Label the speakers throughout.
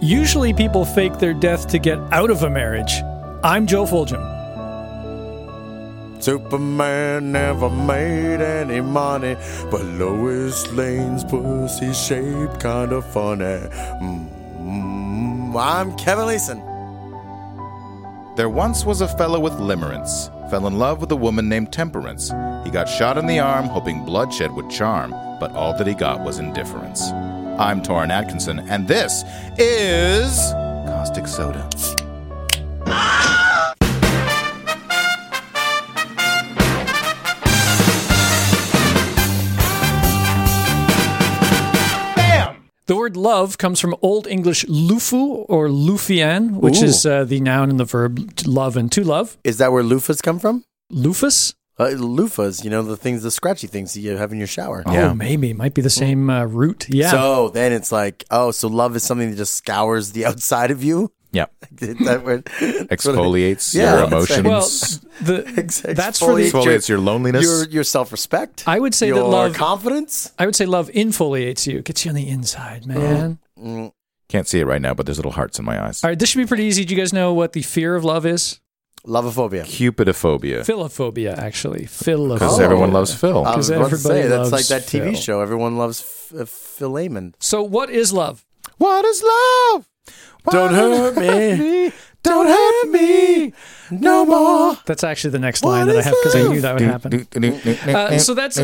Speaker 1: Usually people fake their death to get out of a marriage. I'm Joe Foljam.
Speaker 2: Superman never made any money, but Lois Lane's pussy shaped kinda funny. Mm, I'm Kevin Leeson.
Speaker 3: There once was a fellow with limerence, fell in love with a woman named Temperance. He got shot in the arm, hoping bloodshed would charm, but all that he got was indifference. I'm Torrin Atkinson, and this is Caustic Soda.
Speaker 1: The word love comes from Old English lufu or lufian, which
Speaker 2: Ooh.
Speaker 1: is uh, the noun and the verb to love and to love.
Speaker 2: Is that where loofahs come from?
Speaker 1: Lufus?
Speaker 2: Uh, loofahs, you know, the things, the scratchy things you have in your shower.
Speaker 1: Oh, maybe. It might be the same uh, root. Yeah.
Speaker 2: So then it's like, oh, so love is something that just scours the outside of you?
Speaker 3: Yeah.
Speaker 2: Is that word?
Speaker 3: Exfoliates
Speaker 2: Yeah,
Speaker 3: your
Speaker 2: that's right.
Speaker 3: emotions.
Speaker 1: well, the, that's for the.
Speaker 2: Exfoliate
Speaker 3: Exfoliates your loneliness.
Speaker 2: Your, your self respect?
Speaker 1: I would say
Speaker 2: your
Speaker 1: that love.
Speaker 2: confidence?
Speaker 1: I would say love infoliates you, gets you on the inside,
Speaker 3: Uh-huh.
Speaker 1: man.
Speaker 3: Can't see it right now, but there's little hearts in my eyes.
Speaker 1: All right, this should be pretty easy. Do you guys know what the fear of love is?
Speaker 2: Lovophobia.
Speaker 3: Cupidophobia.
Speaker 1: Philophobia, actually. Philophobia.
Speaker 3: Because everyone loves Phil.
Speaker 2: I was
Speaker 1: 'Cause
Speaker 2: about to
Speaker 1: everybody
Speaker 2: say that's like
Speaker 1: loves
Speaker 2: that TV
Speaker 1: Phil.
Speaker 2: show. Everyone loves F- uh, Phil Heyman.
Speaker 1: So, what is love?
Speaker 3: what is love? Why
Speaker 2: Don't hurt me.
Speaker 3: Don't hurt me no more.
Speaker 1: That's actually the next
Speaker 3: What
Speaker 1: line that I
Speaker 3: is
Speaker 1: have because I
Speaker 3: love?
Speaker 1: knew that would happen. Uh, so that's-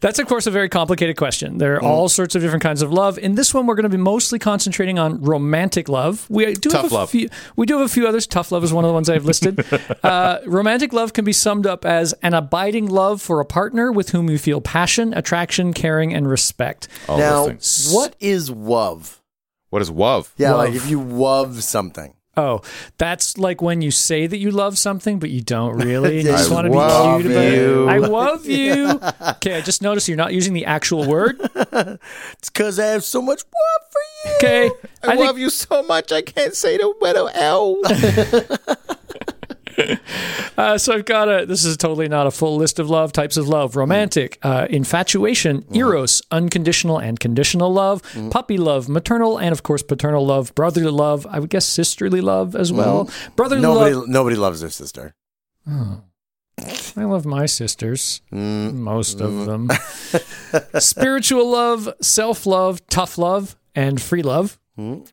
Speaker 1: That's, of course, a very complicated question. There are
Speaker 3: Mm-hmm.
Speaker 1: all sorts of different kinds of love. In this one, we're going to be mostly concentrating on romantic love. We do
Speaker 3: Tough
Speaker 1: have a
Speaker 3: love.
Speaker 1: Few, we do have a few others. Tough love is one of the ones I've listed. uh, romantic love can be summed up as an abiding love for a partner with whom you feel passion, attraction, caring, and respect.
Speaker 3: All
Speaker 2: now,
Speaker 3: those things.
Speaker 2: what is wov?
Speaker 3: What is love?
Speaker 2: Yeah,
Speaker 1: Wov.
Speaker 2: like if you wov something.
Speaker 1: Oh, that's like when you say that you love something, but you don't really. and you
Speaker 2: I
Speaker 1: just want to be
Speaker 3: love
Speaker 1: cute about
Speaker 3: you.
Speaker 1: it. I love you. Okay, I just noticed you're not using the actual word.
Speaker 2: It's because I have so much wov for you.
Speaker 1: Okay. I, think,
Speaker 3: you so much I can't say the widow L.
Speaker 1: uh, so I've got a, this is totally not a full list of love, types of love romantic, uh, infatuation, eros, unconditional and conditional love, puppy love, maternal, and of course, paternal love, brotherly love, I would guess sisterly love as well. Brotherly
Speaker 2: Nobody,
Speaker 1: love.
Speaker 2: nobody loves their sister.
Speaker 1: I love my sisters. Most of them. Spiritual love, self love, tough love, and free love.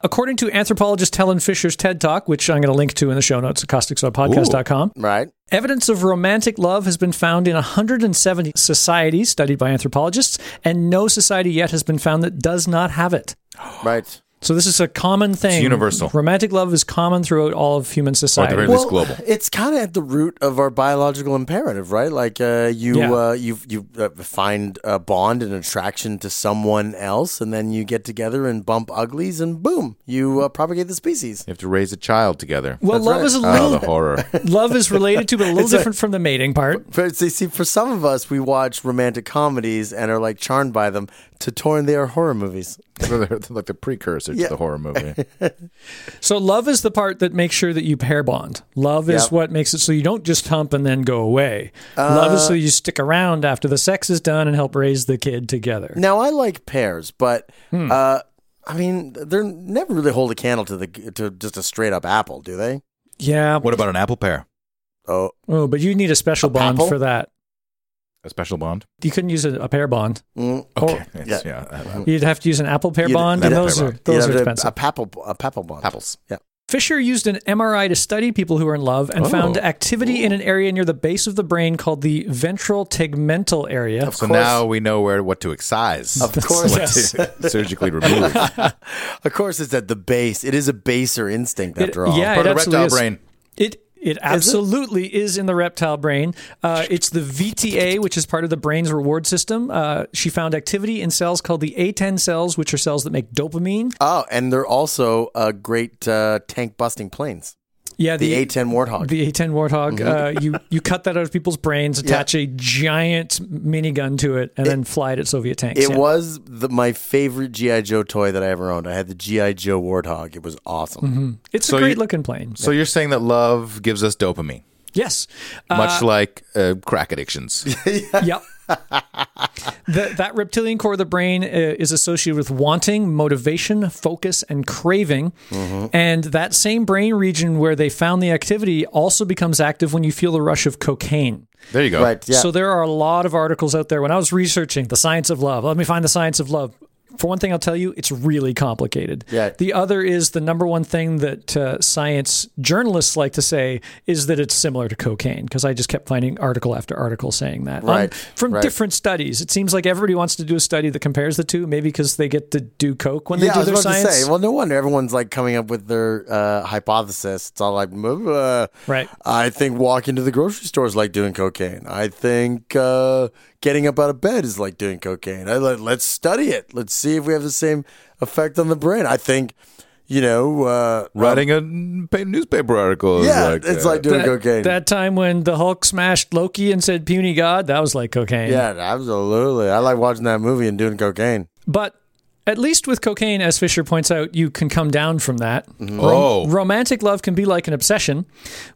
Speaker 1: According to anthropologist Helen Fisher's TED Talk, which I'm going to link to in the show notes at causticsawpodcast.com,
Speaker 2: Right?
Speaker 1: evidence of romantic love has been found in 170 societies studied by anthropologists, and no society yet has been found that does not have it.
Speaker 2: Right.
Speaker 1: So this is a common thing.
Speaker 3: universal.
Speaker 1: Romantic love is common throughout all of human society.
Speaker 3: very least global.
Speaker 2: It's kind of at the root of our biological imperative, right? Like uh, you,
Speaker 1: Yeah.
Speaker 2: uh, you, you uh, find a bond and attraction to someone else, and then you get together and bump uglies, and boom, you uh, propagate the species.
Speaker 3: You have to raise a child together.
Speaker 1: well, love
Speaker 2: right.
Speaker 1: is a
Speaker 3: Oh,
Speaker 1: little
Speaker 3: the horror.
Speaker 1: love is related to, but a little
Speaker 2: like-
Speaker 1: different from the mating part.
Speaker 2: But see, see, for some of us, we watch romantic comedies and are like charmed by them. To torn, they are horror movies.
Speaker 3: They're like the precursor to the horror movie.
Speaker 1: So love is the part that makes sure that you pair bond. Love is
Speaker 2: Yep.
Speaker 1: what makes it so you don't just hump and then go away. love
Speaker 2: Uh,
Speaker 1: is so you stick around after the sex is done and help raise the kid together.
Speaker 2: Now, I like pears, but
Speaker 1: Hmm.
Speaker 2: uh, I mean, they're never really hold a candle to the to just a straight up apple, do they?
Speaker 1: Yeah.
Speaker 3: What about an apple pear?
Speaker 2: Oh,
Speaker 1: Oh, but you need a special
Speaker 2: A
Speaker 1: bond
Speaker 2: papal?
Speaker 1: for that.
Speaker 3: A special bond?
Speaker 1: You couldn't use a, a pair bond.
Speaker 2: mm.
Speaker 3: Okay.
Speaker 1: Or-
Speaker 3: It's- yeah. Uh,
Speaker 1: You'd have to use an apple pair
Speaker 2: You'd-
Speaker 1: bond,
Speaker 2: you'd
Speaker 1: and
Speaker 2: have
Speaker 1: those
Speaker 3: pair
Speaker 1: are
Speaker 3: bond.
Speaker 1: those
Speaker 2: Yeah,
Speaker 1: are
Speaker 2: the-
Speaker 1: expensive.
Speaker 2: A papal, a papal bond.
Speaker 3: Apples.
Speaker 2: Yeah.
Speaker 1: Fisher used an MRI to study people who are in love and
Speaker 3: Oh.
Speaker 1: found activity in an area near the base of the brain called the ventral tegmental area.
Speaker 3: So
Speaker 2: course.
Speaker 3: now we know where what to excise.
Speaker 2: Of course.
Speaker 3: What to surgically remove.
Speaker 2: Of course, it's at the base. It is a baser instinct, after all.
Speaker 1: yeah,
Speaker 3: Part
Speaker 1: it
Speaker 3: of
Speaker 1: absolutely
Speaker 3: reptile
Speaker 1: is.
Speaker 3: brain.
Speaker 1: It it absolutely is, in the reptile brain. Uh, it's the VTA, which is part of the brain's reward system. Uh, she found activity in cells called the A10 cells, which are cells that make dopamine.
Speaker 2: Oh, and they're also uh, great uh, tank busting planes.
Speaker 1: Yeah,
Speaker 2: The A ten Warthog.
Speaker 1: The A10 warthog.
Speaker 3: Mm-hmm.
Speaker 1: Uh, you you cut that out of people's brains, attach a giant minigun to it, and then fly it at Soviet tanks.
Speaker 2: It
Speaker 1: yeah.
Speaker 2: was the, my favorite GI Joe toy that I ever owned. I had the GI Joe Warthog. It was awesome.
Speaker 1: It's
Speaker 3: So
Speaker 1: a
Speaker 3: you-
Speaker 1: great looking plane.
Speaker 3: So you're saying that love gives us dopamine,
Speaker 1: Yes. Uh,
Speaker 3: much like uh, crack addictions.
Speaker 1: yep. That that reptilian core of the brain uh, is associated with wanting, motivation, focus, and craving.
Speaker 3: Mm-hmm.
Speaker 1: And that same brain region where they found the activity also becomes active when you feel the rush of cocaine.
Speaker 3: There you go.
Speaker 2: Right. Yeah.
Speaker 1: So there are a lot of articles out there. When I was researching the science of love, let me find the science of love. For one thing, I'll tell you, it's really complicated.
Speaker 2: Yeah.
Speaker 1: The other is the number one thing that uh, science journalists like to say is that it's similar to cocaine, because I just kept finding article after article saying that. On-
Speaker 2: Right,
Speaker 1: from
Speaker 2: right.
Speaker 1: different studies. It seems like everybody wants to do a study that compares the two, maybe because they get to do coke when they
Speaker 2: yeah,
Speaker 1: do
Speaker 2: I was
Speaker 1: their
Speaker 2: about
Speaker 1: science.
Speaker 2: to say. Well, no wonder everyone's like coming up with their uh, hypothesis. It's all like, uh,
Speaker 1: Right.
Speaker 2: I think walking to the grocery store is like doing cocaine. I think uh, getting up out of bed is like doing cocaine. I, let, let's study it. Let's see if we have the same effect on the brain. I think, you know, uh,
Speaker 3: Writing a pa- newspaper article. is
Speaker 2: yeah,
Speaker 3: like,
Speaker 2: it's
Speaker 3: uh,
Speaker 2: like doing
Speaker 1: that,
Speaker 2: cocaine.
Speaker 1: that time when the Hulk smashed Loki and said puny god, that was like cocaine.
Speaker 2: yeah, absolutely. I like watching that movie and doing cocaine.
Speaker 1: But at least with cocaine, as Fisher points out, you can come down from that.
Speaker 2: Mm-hmm.
Speaker 3: Oh.
Speaker 1: Romantic love can be like an obsession,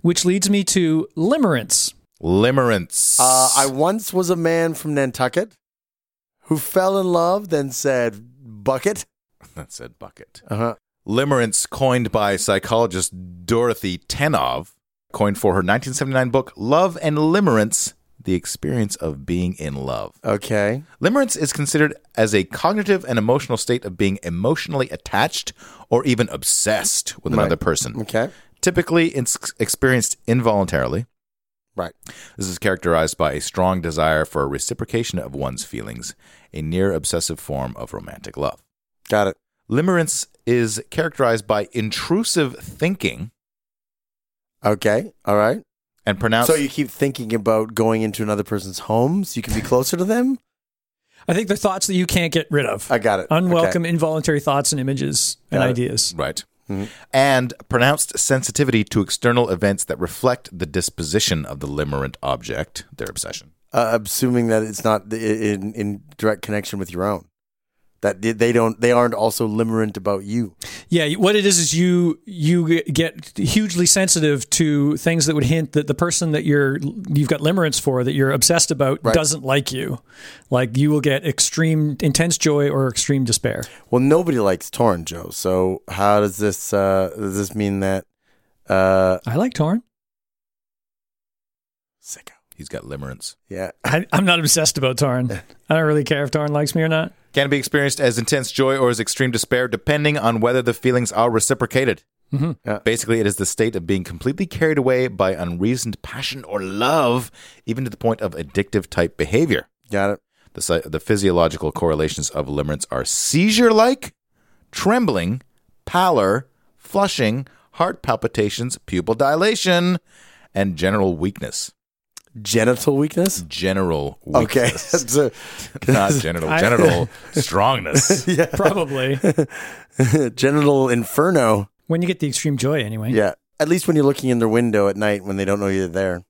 Speaker 1: which leads me to limerence.
Speaker 3: limerence.
Speaker 2: Uh, I once was a man from Nantucket who fell in love, then said, bucket.
Speaker 3: that said bucket.
Speaker 2: Uh-huh.
Speaker 3: Limerence, coined by psychologist Dorothy Tenov, coined for her 1979 book Love and Limerence The Experience of Being in Love.
Speaker 2: Okay.
Speaker 3: Limerence is considered as a cognitive and emotional state of being emotionally attached or even obsessed with another person.
Speaker 2: Okay.
Speaker 3: Typically it's experienced involuntarily.
Speaker 2: Right.
Speaker 3: This is characterized by a strong desire for a reciprocation of one's feelings, a near obsessive form of romantic love.
Speaker 2: Got it.
Speaker 3: Limerence is characterized by intrusive thinking
Speaker 2: Okay. All right.
Speaker 3: and pronounced.
Speaker 2: So you keep thinking about going into another person's home so you can be closer to them?
Speaker 1: I think they're thoughts that you can't get rid of.
Speaker 2: I got it.
Speaker 1: Unwelcome,
Speaker 2: Okay.
Speaker 1: involuntary thoughts and images and
Speaker 2: Got it.
Speaker 1: ideas.
Speaker 3: right.
Speaker 2: Mm-hmm.
Speaker 3: And pronounced sensitivity to external events that reflect the disposition of the limerent object, their obsession.
Speaker 2: Uh, assuming that it's not the- in, in direct connection with your own. That they- they don't, they aren't also limerent about you.
Speaker 1: Yeah, what it is is you you get hugely sensitive to things that would hint that the person that you're you've got limerence for that you're obsessed about doesn't like you. Like you will get extreme intense joy or extreme despair.
Speaker 2: Well, nobody likes Torn Joe. So how does this? Uh, does this mean that? Uh,
Speaker 1: I like Torn.
Speaker 2: sicko.
Speaker 3: He's got limerence.
Speaker 2: Yeah.
Speaker 1: I, I'm not obsessed about Torn. I don't really care if Torn likes me or not.
Speaker 3: Can be experienced as intense joy or as extreme despair, depending on whether the feelings are reciprocated.
Speaker 2: Yeah.
Speaker 3: Basically, it is the state of being completely carried away by unreasoned passion or love, even to the point of addictive type behavior.
Speaker 2: Got it.
Speaker 3: The, psy- the physiological correlations of limerence are seizure like, trembling, pallor, flushing, heart palpitations, pupil dilation, and general weakness.
Speaker 2: Genital weakness.
Speaker 3: General
Speaker 2: Okay.
Speaker 3: weakness.
Speaker 2: That's a-
Speaker 3: Not genital.
Speaker 1: I-
Speaker 3: Genital strongness.
Speaker 1: Probably
Speaker 2: genital inferno.
Speaker 1: when you get the extreme joy anyway.
Speaker 2: Yeah. At least when you're looking in their window at night when they don't know you're there.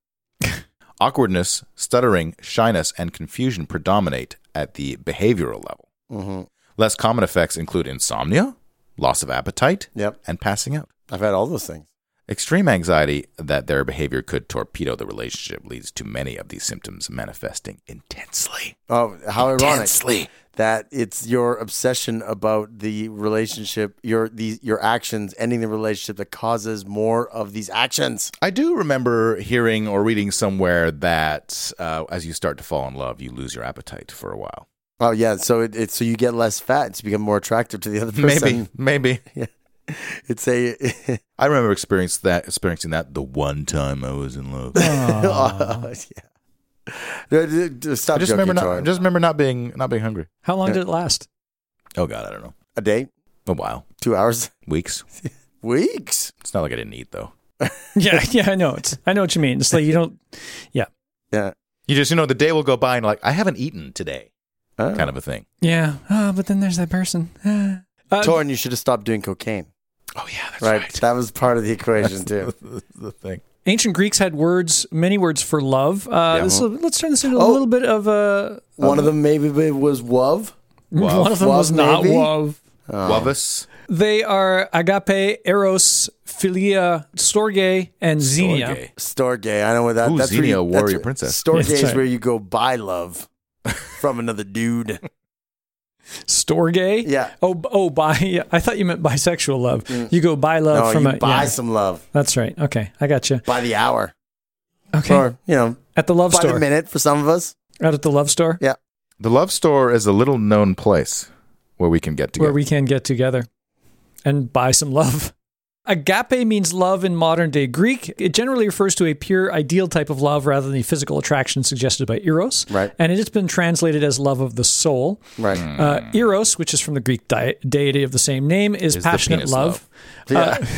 Speaker 3: Awkwardness, stuttering, shyness, and confusion predominate at the behavioral level.
Speaker 2: Mhm.
Speaker 3: Less common effects include insomnia, loss of appetite,
Speaker 2: Yep.
Speaker 3: and passing out.
Speaker 2: I've had all those things.
Speaker 3: Extreme anxiety that their behavior could torpedo the relationship leads to many of these symptoms manifesting intensely.
Speaker 2: Oh, how ironic
Speaker 3: Intensely.
Speaker 2: that it's your obsession about the relationship, your the your actions ending the relationship that causes more of these actions.
Speaker 3: I do remember hearing or reading somewhere that uh, as you start to fall in love, you lose your appetite for a while.
Speaker 2: Oh yeah, so it, it so you get less fat, and you become more attractive to the other person.
Speaker 3: Maybe, maybe.
Speaker 2: It's a
Speaker 3: I remember experiencing that, experiencing that the one time I was in love.
Speaker 2: yeah. No, d- d- Stop
Speaker 3: Uh. I just
Speaker 2: joking,
Speaker 3: remember not.
Speaker 2: Tor.
Speaker 3: I just remember not being not being hungry.
Speaker 1: How long did it last?
Speaker 3: Oh God, I don't know.
Speaker 2: a day,
Speaker 3: A while,
Speaker 2: two hours,
Speaker 3: weeks.
Speaker 2: weeks.
Speaker 3: It's not like I didn't eat though.
Speaker 1: Yeah, yeah, I know. It's, I know what you mean. It's like you don't. Yeah,
Speaker 2: Yeah.
Speaker 3: You just you know the day will go by and like I haven't eaten today,
Speaker 2: Oh.
Speaker 3: kind of a thing.
Speaker 1: yeah. Ah, but then there's that person. Ah. Uh,
Speaker 2: Torn, you should have stopped doing cocaine.
Speaker 3: Oh yeah, that's
Speaker 2: Right. That was part of the equation too.
Speaker 3: the thing.
Speaker 1: ancient Greeks had words, many words for love. Uh,
Speaker 3: Yeah.
Speaker 1: this- let's turn this into a
Speaker 2: Oh.
Speaker 1: little bit of a.
Speaker 2: One of them maybe was wov.
Speaker 3: Love.
Speaker 1: One of them was
Speaker 2: Love,
Speaker 1: not
Speaker 2: maybe?
Speaker 1: love.
Speaker 3: Um, Wavis.
Speaker 1: They are agape, eros, philia, storge, and xenia.
Speaker 3: Storge.
Speaker 2: Storge. I know what that.
Speaker 3: Ooh,
Speaker 2: that's where
Speaker 3: Xenia,
Speaker 2: you, that's
Speaker 3: warrior
Speaker 2: where-
Speaker 3: princess.
Speaker 2: Storge
Speaker 1: That's
Speaker 2: is
Speaker 1: right.
Speaker 2: where you go buy love. from another dude.
Speaker 1: Uh, Store gay?
Speaker 2: Yeah. Mm.
Speaker 1: Oh, b- oh, bi. Yeah, I thought you meant bisexual love. You go buy love
Speaker 2: No,
Speaker 1: from
Speaker 2: you
Speaker 1: a.
Speaker 2: buy
Speaker 1: yeah.
Speaker 2: some love
Speaker 1: That's right. Okay, I got you.
Speaker 2: by the hour,
Speaker 1: Okay,
Speaker 2: or you know,
Speaker 1: at the love
Speaker 2: by the
Speaker 1: store.
Speaker 2: minute for some of us.
Speaker 1: Out at the love store,
Speaker 2: Yeah.
Speaker 3: The Love Store is a little known place where we can get together.
Speaker 1: where we can get together and buy some love. Agape means love in modern day Greek. It generally refers to a pure ideal type of love rather than the physical attraction suggested by eros.
Speaker 2: Right.
Speaker 1: And it has been translated as love of the soul.
Speaker 2: Right.
Speaker 3: Hmm.
Speaker 1: Uh, eros, which is from the Greek di- deity of the same name, is,
Speaker 3: Is the
Speaker 1: passionate
Speaker 3: penis
Speaker 1: love. Uh,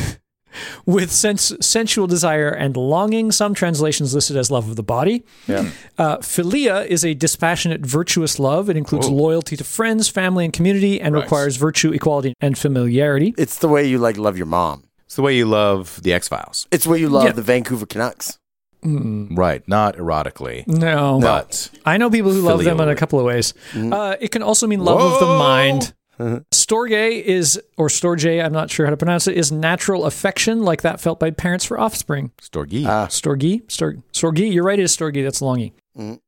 Speaker 1: with sens- sensual desire and longing, some translations listed as love of the body.
Speaker 2: Yeah.
Speaker 1: Uh, philia is a dispassionate, virtuous love. It includes
Speaker 3: Whoa.
Speaker 1: loyalty to friends, family, and community, and
Speaker 3: Right.
Speaker 1: requires virtue, equality, and familiarity.
Speaker 2: It's the way you like love your mom.
Speaker 3: It's the way you love the X Files.
Speaker 2: It's the way you love
Speaker 1: Yeah.
Speaker 2: the Vancouver Canucks.
Speaker 3: Right. Not erotically,
Speaker 1: No,
Speaker 3: but
Speaker 1: I know people who love them in a
Speaker 3: Filial.
Speaker 1: couple of ways. Uh, it can also mean love of the
Speaker 3: Whoa.
Speaker 1: mind. Storge is, or storge, I'm not sure how to pronounce it, is natural affection like that felt by parents for offspring.
Speaker 3: Storgi.
Speaker 1: Uh,
Speaker 2: Ah.
Speaker 1: Storgi, Stor- Storgi. You're right, it is Storgi. That's Longi.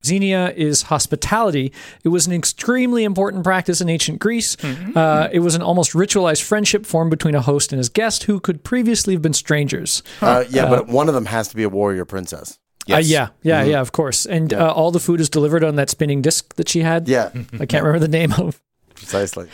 Speaker 1: Xenia is hospitality. It was an extremely important practice in ancient Greece. Uh, it was an almost ritualized friendship formed between a host and his guest, who could previously have been strangers.
Speaker 2: Uh, yeah, but one of them has to be a warrior princess.
Speaker 1: Uh, yeah, yeah, yeah. Of course, and uh, all the food is delivered on that spinning disc that she had.
Speaker 2: Yeah,
Speaker 3: Hmm.
Speaker 1: I can't remember the name of.
Speaker 2: precisely.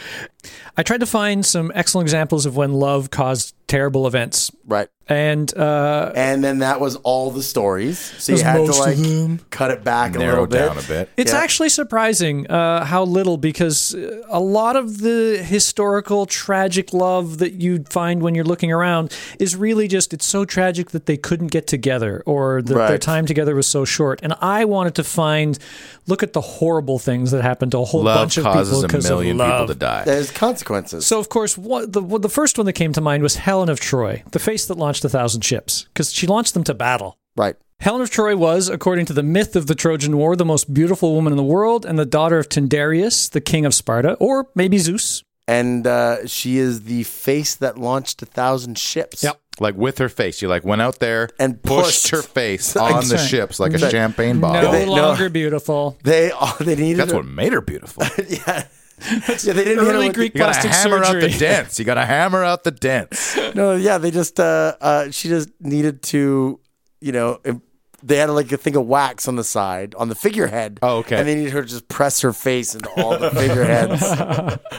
Speaker 1: I tried to find some excellent examples of when love caused terrible events,
Speaker 2: Right.
Speaker 1: and uh,
Speaker 2: And then that was all the stories. So you
Speaker 1: There's
Speaker 2: had to
Speaker 1: most of them.
Speaker 2: like cut it back a little
Speaker 3: Narrow
Speaker 2: bit.
Speaker 3: down a bit.
Speaker 1: It's
Speaker 2: Yeah.
Speaker 1: actually surprising uh, how little, because uh, a lot of the historical tragic love that you find when you're looking around is really just it's so tragic that they couldn't get together or that their
Speaker 2: Right.
Speaker 1: time together was so short. And I wanted to find, look at the horrible things that happened to a whole
Speaker 3: Love
Speaker 1: bunch of people
Speaker 3: causes a
Speaker 1: because of
Speaker 3: million people
Speaker 1: love.
Speaker 3: to die.
Speaker 2: There's consequences.
Speaker 1: So of course, what, the what, the first one that came to mind was Helen of Troy, the face that launched a thousand ships, because she launched them to battle.
Speaker 2: right.
Speaker 1: Helen of Troy was, according to the myth of the Trojan War, the most beautiful woman in the world and the daughter of Tyndareus, the king of Sparta, or maybe Zeus.
Speaker 2: And uh, she is the face that launched a thousand ships.
Speaker 1: Yep.
Speaker 3: like with her face, she like went out there
Speaker 2: And
Speaker 3: pushed
Speaker 2: pushed.
Speaker 3: her face on the
Speaker 1: Exactly.
Speaker 3: ships like a
Speaker 1: Exactly.
Speaker 3: champagne
Speaker 1: No
Speaker 3: bottle.
Speaker 2: they- no.
Speaker 1: longer beautiful.
Speaker 2: They all they needed.
Speaker 3: That's
Speaker 2: her-
Speaker 3: what made her beautiful.
Speaker 2: yeah. yeah, they didn't hit her
Speaker 1: Early
Speaker 2: with the-
Speaker 1: Greek
Speaker 3: You gotta
Speaker 1: plastic
Speaker 3: hammer
Speaker 1: surgery.
Speaker 3: out the dents. You gotta hammer out the dents.
Speaker 2: No, yeah, they just uh, uh, she just needed to, you know, im- they had like a thing of wax on the side on the figurehead.
Speaker 3: Oh, okay.
Speaker 2: And they needed her to just press her face into all the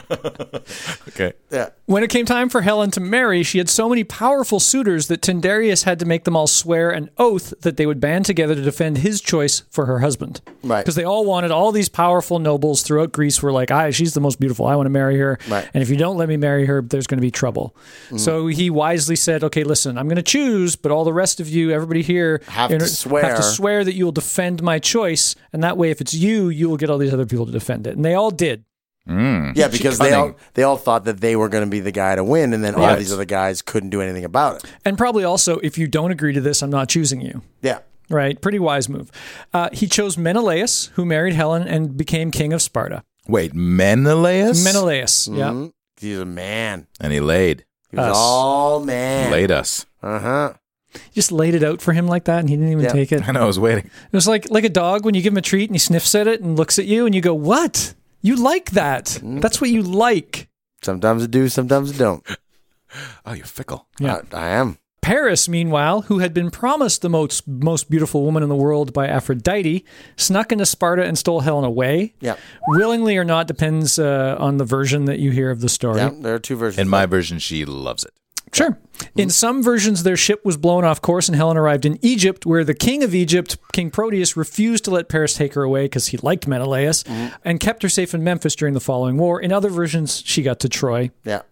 Speaker 2: figureheads.
Speaker 3: Okay.
Speaker 2: Yeah,
Speaker 1: When it came time for Helen to marry, she had so many powerful suitors that Tyndareus had to make them all swear an oath that they would band together to defend his choice for her husband.
Speaker 2: Right.
Speaker 1: Because they all wanted all these powerful nobles throughout Greece were like, "Ah, she's the most beautiful. I want to marry her.
Speaker 2: Right. Mm.
Speaker 1: And if you don't let me marry her, there's going to be trouble." So he wisely said, "Okay, listen, I'm going to choose, but all the rest of you, everybody here,
Speaker 2: Have
Speaker 1: you
Speaker 2: to
Speaker 1: have
Speaker 2: swear."
Speaker 1: to swear that you will defend my choice, and that way, if it's you, you will get all these other people to defend it." And they all did.
Speaker 2: yeah, because they all
Speaker 3: cunning.
Speaker 2: they all thought that they were going to be the guy to win, and then all
Speaker 3: Right.
Speaker 2: these other guys couldn't do anything about it.
Speaker 1: And probably also, if you don't agree to this, I'm not choosing you.
Speaker 2: Yeah,
Speaker 1: Right, pretty wise move. Uh, he chose Menelaus, who married Helen and became king of Sparta.
Speaker 3: Wait, Menelaus?
Speaker 1: Menelaus, yeah.
Speaker 2: Mhm. he's a man.
Speaker 3: And he laid.
Speaker 2: He was
Speaker 1: Us.
Speaker 2: all man.
Speaker 3: Laid us.
Speaker 2: Uh huh.
Speaker 1: Just laid it out for him like that, and he didn't even
Speaker 2: Yeah.
Speaker 1: take it. It
Speaker 3: I know, I was waiting.
Speaker 1: was like like a dog when you give him a treat and he sniffs at it and looks at you, and you go, "What? You like that?
Speaker 2: Mm-hmm.
Speaker 1: That's what you like."
Speaker 2: Sometimes I do, sometimes I don't.
Speaker 3: Oh, you're fickle.
Speaker 1: Yeah.
Speaker 2: I, I am.
Speaker 1: Paris, meanwhile, who had been promised the most most beautiful woman in the world by Aphrodite, snuck into Sparta and stole Helen away.
Speaker 2: Yeah.
Speaker 1: Willingly or not depends uh, on the version that you hear of the story.
Speaker 2: Yeah, there are two versions.
Speaker 3: In my version, she loves it.
Speaker 1: Sure. In some versions, their ship was blown off course and Helen arrived in Egypt, where the king of Egypt, King Proteus, refused to let Paris take her away because he liked Menelaus and kept her safe in Memphis during the following war. In other versions, she got to Troy.
Speaker 2: yeah.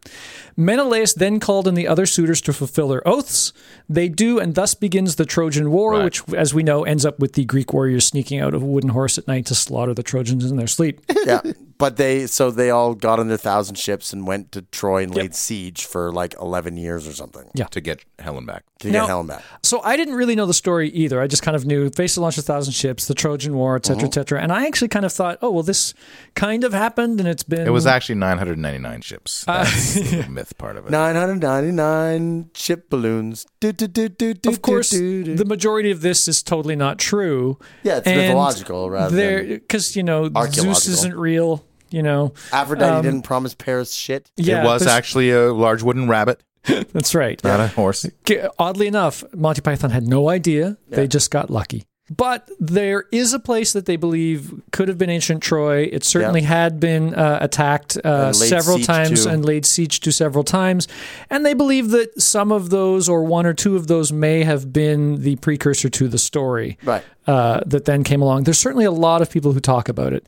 Speaker 1: Menelaus then called on the other suitors to fulfill their oaths. They do, and thus begins the Trojan War,
Speaker 3: Right.
Speaker 1: which, as we know, ends up with the Greek warriors sneaking out of a wooden horse at night to slaughter the Trojans in their sleep.
Speaker 2: Yeah. but they so they all got on their thousand ships and went to Troy and laid siege for like eleven years or something.
Speaker 1: Yeah.
Speaker 3: to get Helen back.
Speaker 2: To get
Speaker 1: Now-
Speaker 2: Helen back.
Speaker 1: So I didn't really know the story either. I just kind of knew face to launch a thousand ships, the Trojan War, et
Speaker 2: Mm-hmm.
Speaker 1: cetera, et cetera. And I actually kind of thought, oh well, this kind of happened, and it's been
Speaker 3: It was actually 999 ships. That's the myth part of it.
Speaker 2: Nine hundred ninety nine ship balloons. Do, do, do, do, do,
Speaker 1: of course,
Speaker 2: do, do.
Speaker 1: the majority of this is totally not true.
Speaker 2: Yeah, it's
Speaker 1: And
Speaker 2: mythological rather
Speaker 1: there,
Speaker 2: than-
Speaker 1: because you know Zeus
Speaker 2: Archaeological.
Speaker 1: isn't real. You know,
Speaker 2: Aphrodite didn't promise Paris shit.
Speaker 1: um, yeah,
Speaker 3: it was
Speaker 1: there's-
Speaker 3: actually a large wooden rabbit,
Speaker 1: that's right.
Speaker 3: not a horse.
Speaker 1: G- Oddly enough, Monty Python had no idea. They just got lucky. But there is a place that they believe could have been ancient Troy. It certainly had been uh, attacked uh,
Speaker 2: And laid
Speaker 1: several
Speaker 2: siege
Speaker 1: times
Speaker 2: to.
Speaker 1: and laid siege to several times. And they believe that some of those, or one or two of those, may have been the precursor to the story
Speaker 2: Right.
Speaker 1: uh, that then came along. There's certainly a lot of people who talk about it.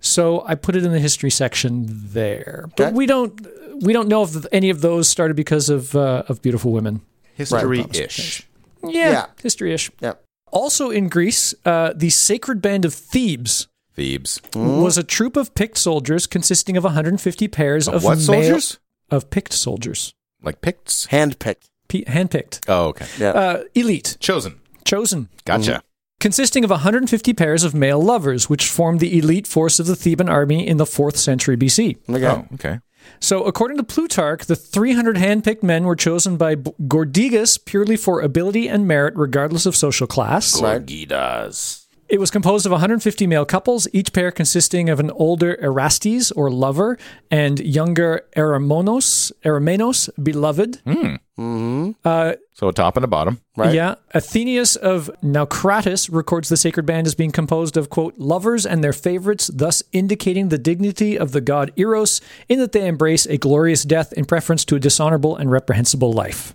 Speaker 1: So I put it in the history section there. But
Speaker 2: Okay.
Speaker 1: we don't we don't know if any of those started because of uh, of beautiful women.
Speaker 3: History ish.
Speaker 1: Yeah,
Speaker 2: Yeah.
Speaker 1: history ish.
Speaker 2: Yeah.
Speaker 1: Also in Greece, uh, the Sacred Band of Thebes
Speaker 3: Thebes.
Speaker 1: was a troop of picked soldiers consisting of 150 pairs
Speaker 3: Of
Speaker 1: of
Speaker 3: what
Speaker 1: male-
Speaker 3: soldiers?
Speaker 1: of picked soldiers,
Speaker 3: Like Picts?
Speaker 2: Handpicked.
Speaker 1: P- handpicked,
Speaker 3: Oh, okay.
Speaker 2: Yeah.
Speaker 1: uh, elite,
Speaker 3: Chosen.
Speaker 1: chosen,
Speaker 3: Gotcha.
Speaker 1: consisting of 150 pairs of male lovers, which formed the elite force of the Theban army in the fourth century BC.
Speaker 2: okay.
Speaker 3: Oh, okay.
Speaker 1: So, according to Plutarch, the 300 handpicked men were chosen by B- Gordigas purely for ability and merit, regardless of social class.
Speaker 2: Right.
Speaker 3: Gorgidas.
Speaker 1: It was composed of 150 male couples, each pair consisting of an older Erastes or lover and younger Eramonos, Eramenos, beloved.
Speaker 3: So a top and a bottom.
Speaker 2: Right.
Speaker 1: Yeah. Athenius of Naucratis records the sacred band as being composed of, quote, lovers and their favorites, thus indicating the dignity of the god Eros in that they embrace a glorious death in preference to a dishonorable and reprehensible life.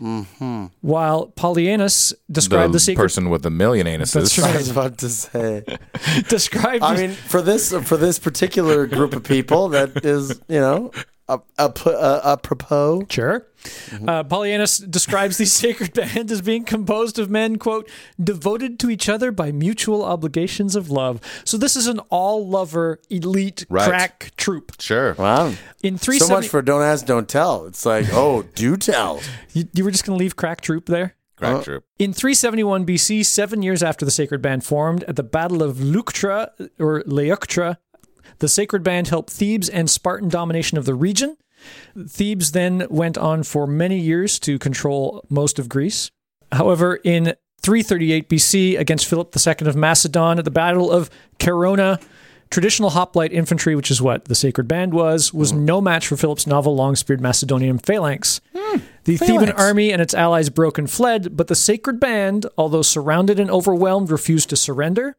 Speaker 2: Mm-hmm.
Speaker 1: While Polyanus described the, sacred
Speaker 3: person with the million anuses.
Speaker 1: That's right.
Speaker 2: I was about to say.
Speaker 1: described
Speaker 2: I mean, for this for this particular group of people, that is, you know, a, a, a, apropos.
Speaker 1: Sure.
Speaker 2: Mm-hmm.
Speaker 1: Uh, Polyanus describes the sacred band as being composed of men, quote, devoted to each other by mutual obligations of love. So this is an all lover elite
Speaker 3: Right.
Speaker 1: crack troop.
Speaker 3: Sure.
Speaker 2: Wow.
Speaker 1: In three
Speaker 2: So much for don't ask, don't tell. It's like, oh, do tell.
Speaker 1: you, you were just going to leave crack troop there?
Speaker 3: Crack troop.
Speaker 1: In 371 BC, seven years after the sacred band formed, at the Battle of Leuctra or Leuctra, the sacred band helped Thebes and Spartan domination of the region. Thebes then went on for many years to control most of Greece. However, in 338 BC, against Philip II of Macedon at the Battle of Carona, traditional hoplite infantry, which is what the sacred band was, was no match for Philip's novel long speared Macedonian phalanx. The Theban army and its allies broke and fled, but the sacred band, although surrounded and overwhelmed, refused to surrender.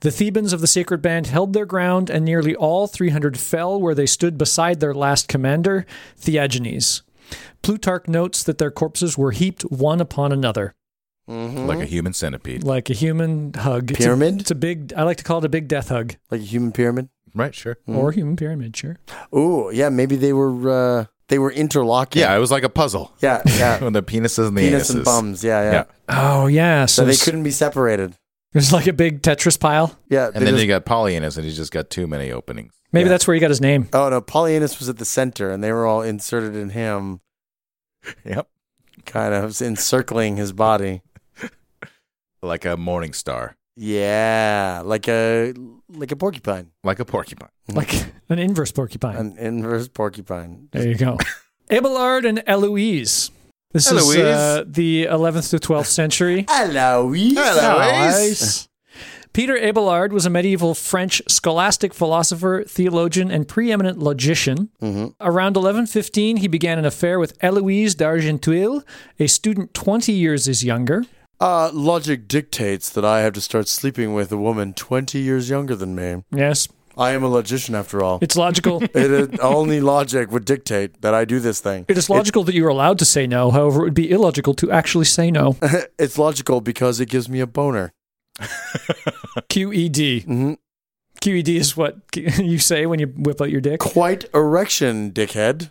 Speaker 1: The Thebans of the sacred band held their ground, and nearly all 300 fell where they stood beside their last commander, Theagenes. Plutarch notes that their corpses were heaped one upon another,
Speaker 3: Like a human centipede.
Speaker 1: like a human hug. It's a-
Speaker 2: Pyramid?
Speaker 1: It's a, big, I like to call it a big death hug
Speaker 2: Like a human pyramid.
Speaker 3: Right, sure.
Speaker 2: Hmm.
Speaker 1: or human pyramid, sure.
Speaker 2: Ooh, yeah, maybe they were uh, they were interlocking.
Speaker 3: Yeah, it was like a puzzle.
Speaker 2: Yeah, yeah.
Speaker 3: When the penises and the
Speaker 2: Penis
Speaker 3: anuses.
Speaker 2: and bums. Yeah, yeah.
Speaker 3: Yeah.
Speaker 1: Oh, yeah. So,
Speaker 2: So they
Speaker 1: it's-
Speaker 2: couldn't be separated.
Speaker 1: It's like a big Tetris pile.
Speaker 2: Yeah.
Speaker 3: And
Speaker 2: they
Speaker 3: then
Speaker 2: just-
Speaker 3: you got polyanus, and he's just got too many openings.
Speaker 1: Maybe
Speaker 2: Yeah.
Speaker 1: that's where he got his name.
Speaker 2: oh no, Polyanus was at the center, and they were all inserted in him,
Speaker 3: Yep.
Speaker 2: kind of encircling his body.
Speaker 3: Like a morning star,
Speaker 2: Yeah, like a like a porcupine,
Speaker 3: like a porcupine. Oh,
Speaker 2: Hmm.
Speaker 1: Like an inverse porcupine.
Speaker 2: an inverse porcupine.
Speaker 1: There you go. Abelard and Eloise. This
Speaker 3: Eloise.
Speaker 1: is uh, the 11th to 12th century.
Speaker 2: Eloise.
Speaker 1: Eloise. Peter Abelard was a medieval French scholastic philosopher, theologian, and preeminent logician. Around 1115, he began an affair with Eloise d'Argentuil, a student 20 years his younger.
Speaker 2: Uh, logic dictates that I have to start sleeping with a woman 20 years younger than me.
Speaker 1: Yes,
Speaker 2: I am a logician after all.
Speaker 1: it's logical.
Speaker 2: it is, only logic would dictate that I do this thing.
Speaker 1: it is logical that you are allowed to say no. However, it would be illogical to actually say no.
Speaker 2: It's logical because it gives me a boner.
Speaker 1: QED.
Speaker 2: Mhm.
Speaker 1: QED E is what you say when you whip out your dick.
Speaker 2: Quite erection, dickhead.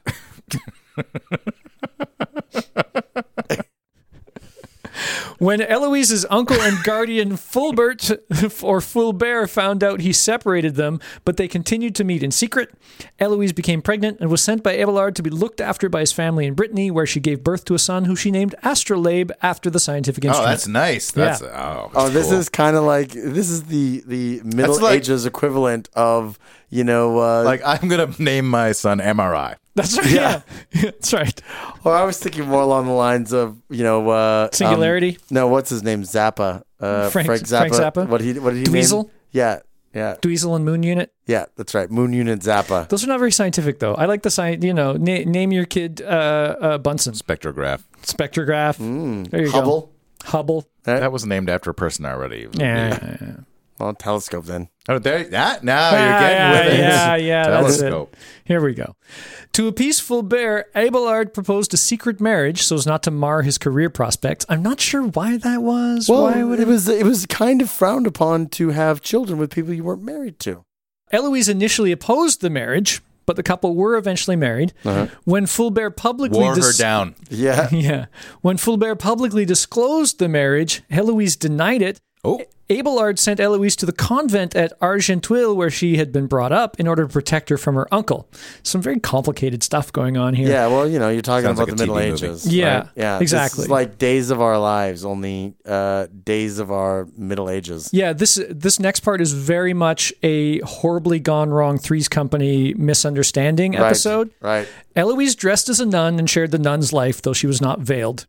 Speaker 1: When Eloise's uncle and guardian Fulbert or Fulbert found out he separated them, but they continued to meet in secret, Eloise became pregnant and was sent by Abelard to be looked after by his family in Brittany, where she gave birth to a son who she named Astrolabe after the scientific
Speaker 3: Oh,
Speaker 1: instrument.
Speaker 3: that's nice. That's oh,
Speaker 2: Oh, this
Speaker 3: cool.
Speaker 2: is kind of like this is the the Middle
Speaker 3: That's like-
Speaker 2: Ages equivalent of you know uh,
Speaker 3: like I'm gonna name my son MRI.
Speaker 1: That's right. Yeah. That's right.
Speaker 2: Well, I was thinking more along the lines of you know uh, um,
Speaker 1: Singularity?
Speaker 2: no, what's his name? Zappa. Uh,
Speaker 1: Frank-
Speaker 2: Frank,
Speaker 1: Frank
Speaker 2: Zappa.
Speaker 1: Zappa?
Speaker 2: What he? What did he?
Speaker 1: Dweezil?
Speaker 2: Name? Yeah, yeah,
Speaker 1: Dweezil and Moon Unit.
Speaker 2: yeah. That's right. Moon Unit Zappa.
Speaker 1: Those are not very scientific, though. I like the science, you know, na- name your kid uh, uh, Bunsen.
Speaker 3: Spectrograph.
Speaker 1: Spectrograph. there you
Speaker 2: Hubble.
Speaker 1: go. Hubble.
Speaker 3: That was named after a person already.
Speaker 1: Yeah.
Speaker 2: Well, telescope then.
Speaker 3: Oh, there. That now
Speaker 1: Ah,
Speaker 3: you're getting
Speaker 1: yeah,
Speaker 3: with it.
Speaker 1: yeah, yeah, that's it.
Speaker 3: Telescope.
Speaker 1: Here we go. To appease Fulbert, Abelard proposed a secret marriage so as not to mar his career prospects. I'm not sure why that was. why would
Speaker 2: it was it was kind of frowned upon to have children with people you weren't married to.
Speaker 1: Eloise initially opposed the marriage, but the couple were eventually married. When Fulbert publicly
Speaker 3: Uh-huh. Wore her
Speaker 1: dis-
Speaker 3: down.
Speaker 2: Yeah.
Speaker 1: Yeah. When Fulbert publicly disclosed the marriage, Heloise denied it.
Speaker 3: Oh,
Speaker 1: Abelard sent Eloise to the convent at Argenteuil, where she had been brought up, in order to protect her from her uncle. Some very complicated stuff going on here.
Speaker 2: Yeah, well, you know, you're talking
Speaker 3: Sounds
Speaker 2: about
Speaker 3: like
Speaker 2: the Middle
Speaker 3: a TV movie.
Speaker 2: Ages.
Speaker 1: Yeah,
Speaker 2: right? yeah,
Speaker 1: exactly.
Speaker 2: This is like Days of Our Lives, only uh, Days of Our Middle Ages.
Speaker 1: Yeah, this this next part is very much a horribly gone wrong Three's Company misunderstanding
Speaker 2: Right,
Speaker 1: episode.
Speaker 2: right?
Speaker 1: Eloise dressed as a nun and shared the nun's life, though she was not veiled.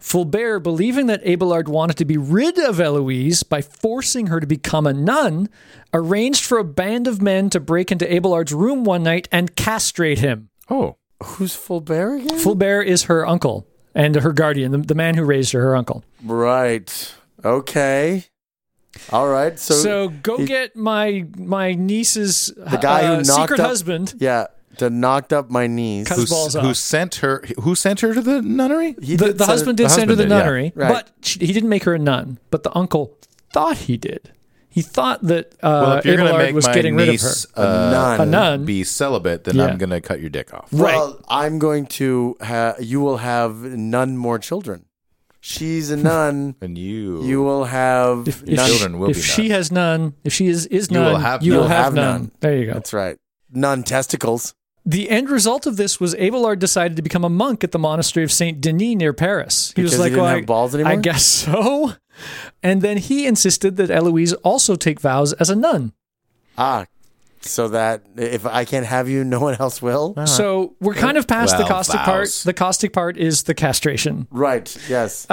Speaker 1: Fulbert, believing that Abelard wanted to be rid of Eloise by forcing her to become a nun, arranged for a band of men to break into Abelard's room one night and castrate him.
Speaker 3: oh,
Speaker 2: Who's Fulbert again?
Speaker 1: Fulbert is her uncle and her guardian, the, the man who raised her, her uncle.
Speaker 2: Right. Okay. All right. So,
Speaker 1: So, go
Speaker 2: he-
Speaker 1: get my my niece's
Speaker 2: the guy
Speaker 1: uh,
Speaker 2: who knocked
Speaker 1: secret
Speaker 2: up,
Speaker 1: husband.
Speaker 2: Yeah, that knocked up my knees.
Speaker 1: Cause-
Speaker 3: who,
Speaker 1: His balls
Speaker 3: s- who
Speaker 1: off.
Speaker 3: sent her? Who sent her to the nunnery?
Speaker 2: He
Speaker 1: the,
Speaker 2: did
Speaker 1: the
Speaker 2: send-
Speaker 1: husband did
Speaker 3: the
Speaker 1: send her the
Speaker 3: husband did, yeah.
Speaker 1: nunnery,
Speaker 2: Right.
Speaker 1: but she, he didn't make her a nun. But the uncle thought he did. He thought that uh,
Speaker 3: well, if you're
Speaker 1: Abelard
Speaker 3: gonna make
Speaker 1: was
Speaker 3: my
Speaker 1: getting rid of her.
Speaker 3: niece uh,
Speaker 2: None.
Speaker 1: A nun.
Speaker 3: be celibate, then
Speaker 1: Yeah.
Speaker 3: I'm gonna cut your dick off.
Speaker 2: Well, I'm going to. Ha- you will have none more children. She's a nun.
Speaker 3: And you,
Speaker 2: you will have
Speaker 1: If, if
Speaker 2: none.
Speaker 1: she-
Speaker 3: children will
Speaker 1: if
Speaker 3: be
Speaker 1: she
Speaker 3: nuns.
Speaker 1: has none, if she is is
Speaker 3: You
Speaker 1: none,
Speaker 3: will have
Speaker 1: you
Speaker 3: none.
Speaker 1: will
Speaker 2: You'll
Speaker 1: have,
Speaker 2: have
Speaker 1: none.
Speaker 2: none.
Speaker 1: There you go.
Speaker 2: That's right. None testicles.
Speaker 1: The end result of this was Abelard decided to become a monk at the monastery of Saint Denis near Paris. He was
Speaker 2: Because he
Speaker 1: like,
Speaker 2: didn't
Speaker 1: well,
Speaker 2: have
Speaker 1: I-
Speaker 2: balls anymore?
Speaker 1: I guess so. And then he insisted that Eloise also take vows as a nun.
Speaker 2: Ah, so that if I can't have you, no one else will.
Speaker 1: So we're kind of past the
Speaker 3: Well,
Speaker 1: caustic part.
Speaker 3: vows.
Speaker 1: The caustic part is the castration.
Speaker 2: Right. Yes.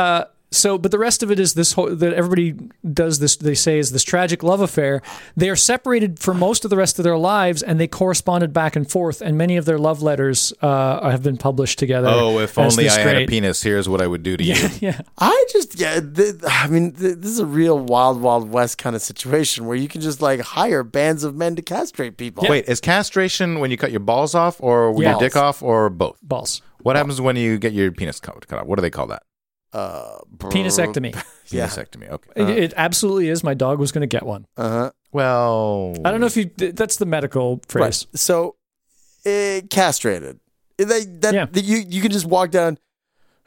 Speaker 1: So, but the rest of it is this whole that everybody does this. They say is this tragic love affair. They are separated for most of the rest of their lives, and they corresponded back and forth. And many of their love letters uh, have been published together.
Speaker 3: Oh, if
Speaker 1: as
Speaker 3: only
Speaker 1: this
Speaker 3: I had a
Speaker 1: great-
Speaker 3: penis. Here's what I would do to you.
Speaker 1: Yeah,
Speaker 2: I just yeah. Th- I mean, th- this is a real wild, wild west kind of situation where you can just like hire bands of men to castrate people.
Speaker 3: Wait, is castration when you cut your balls off, or when
Speaker 1: Yeah.
Speaker 3: your dick off, or both?
Speaker 1: balls,
Speaker 3: What happens when you get your penis cut, cut off? What do they call that?
Speaker 1: penisectomy.
Speaker 2: Uh,
Speaker 3: Uh,
Speaker 2: Yeah.
Speaker 3: Penisectomy. Okay.
Speaker 1: It- it absolutely is. My dog was going to get one.
Speaker 2: uh-huh.
Speaker 3: Well,
Speaker 1: I don't know if you. That's the medical phrase.
Speaker 2: So, eh, castrated. Eh, They, that,
Speaker 1: Yeah.
Speaker 2: that you you can just walk down.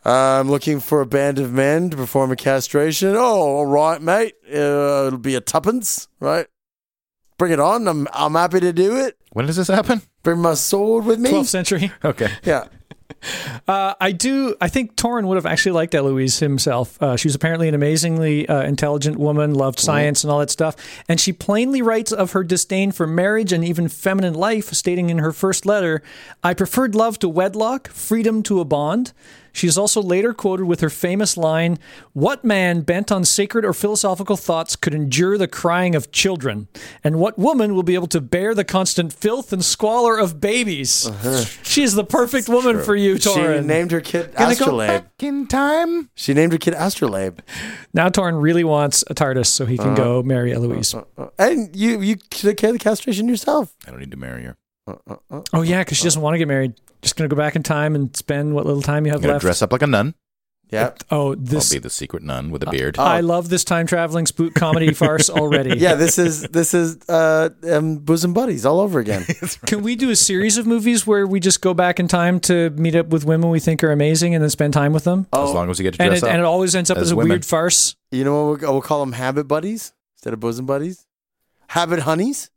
Speaker 2: I'm looking for a band of men to perform a castration. Oh, all right, mate. Uh, it'll be a tuppence, right? Bring it on. I'm I'm happy to do it.
Speaker 3: when does this happen?
Speaker 2: Bring my sword with me.
Speaker 1: 12th century.
Speaker 3: Okay.
Speaker 2: Yeah.
Speaker 1: Uh, I do. I think Torin would have actually liked Eloise himself. Uh, she was apparently an amazingly uh, intelligent woman, loved science and all that stuff. And she plainly writes of her disdain for marriage and even feminine life, stating in her first letter, "I preferred love to wedlock, freedom to a bond." She is also later quoted with her famous line, "What man bent on sacred or philosophical thoughts could endure the crying of children, and what woman will be able to bear the constant filth and squalor of babies?" She is the perfect woman for you,
Speaker 2: She
Speaker 1: Torin.
Speaker 2: named her kid Astrolabe.
Speaker 3: in time.
Speaker 2: She named her kid Astrolabe.
Speaker 1: now Torin really wants a TARDIS so he can go
Speaker 3: Uh-huh.
Speaker 1: marry Eloise.
Speaker 2: Uh, And you you took care of the castration yourself. Uh,
Speaker 3: I don't need to marry her.
Speaker 1: oh yeah, because she doesn't want to get married. Just gonna go back in time and spend what little time you have
Speaker 3: I'm gonna
Speaker 1: left.
Speaker 3: dress up like a nun.
Speaker 2: Yeah.
Speaker 1: Oh,
Speaker 3: I'll
Speaker 1: this. Uh,
Speaker 3: be the secret nun with a beard.
Speaker 1: I love this time traveling spook comedy farce already.
Speaker 2: Yeah, this is this is uh um, bosom buddies all over again.
Speaker 1: Can we do a series of movies where we just go back in time to meet up with women we think are amazing and then spend time with them?
Speaker 3: as long as you get to
Speaker 1: oh. and
Speaker 3: dress
Speaker 1: it,
Speaker 3: up.
Speaker 1: and it always ends up
Speaker 3: as
Speaker 1: as, a
Speaker 3: women.
Speaker 1: weird farce.
Speaker 2: Oh, You know what we'll, we'll call them? Habit buddies instead of bosom buddies. Habit honeys.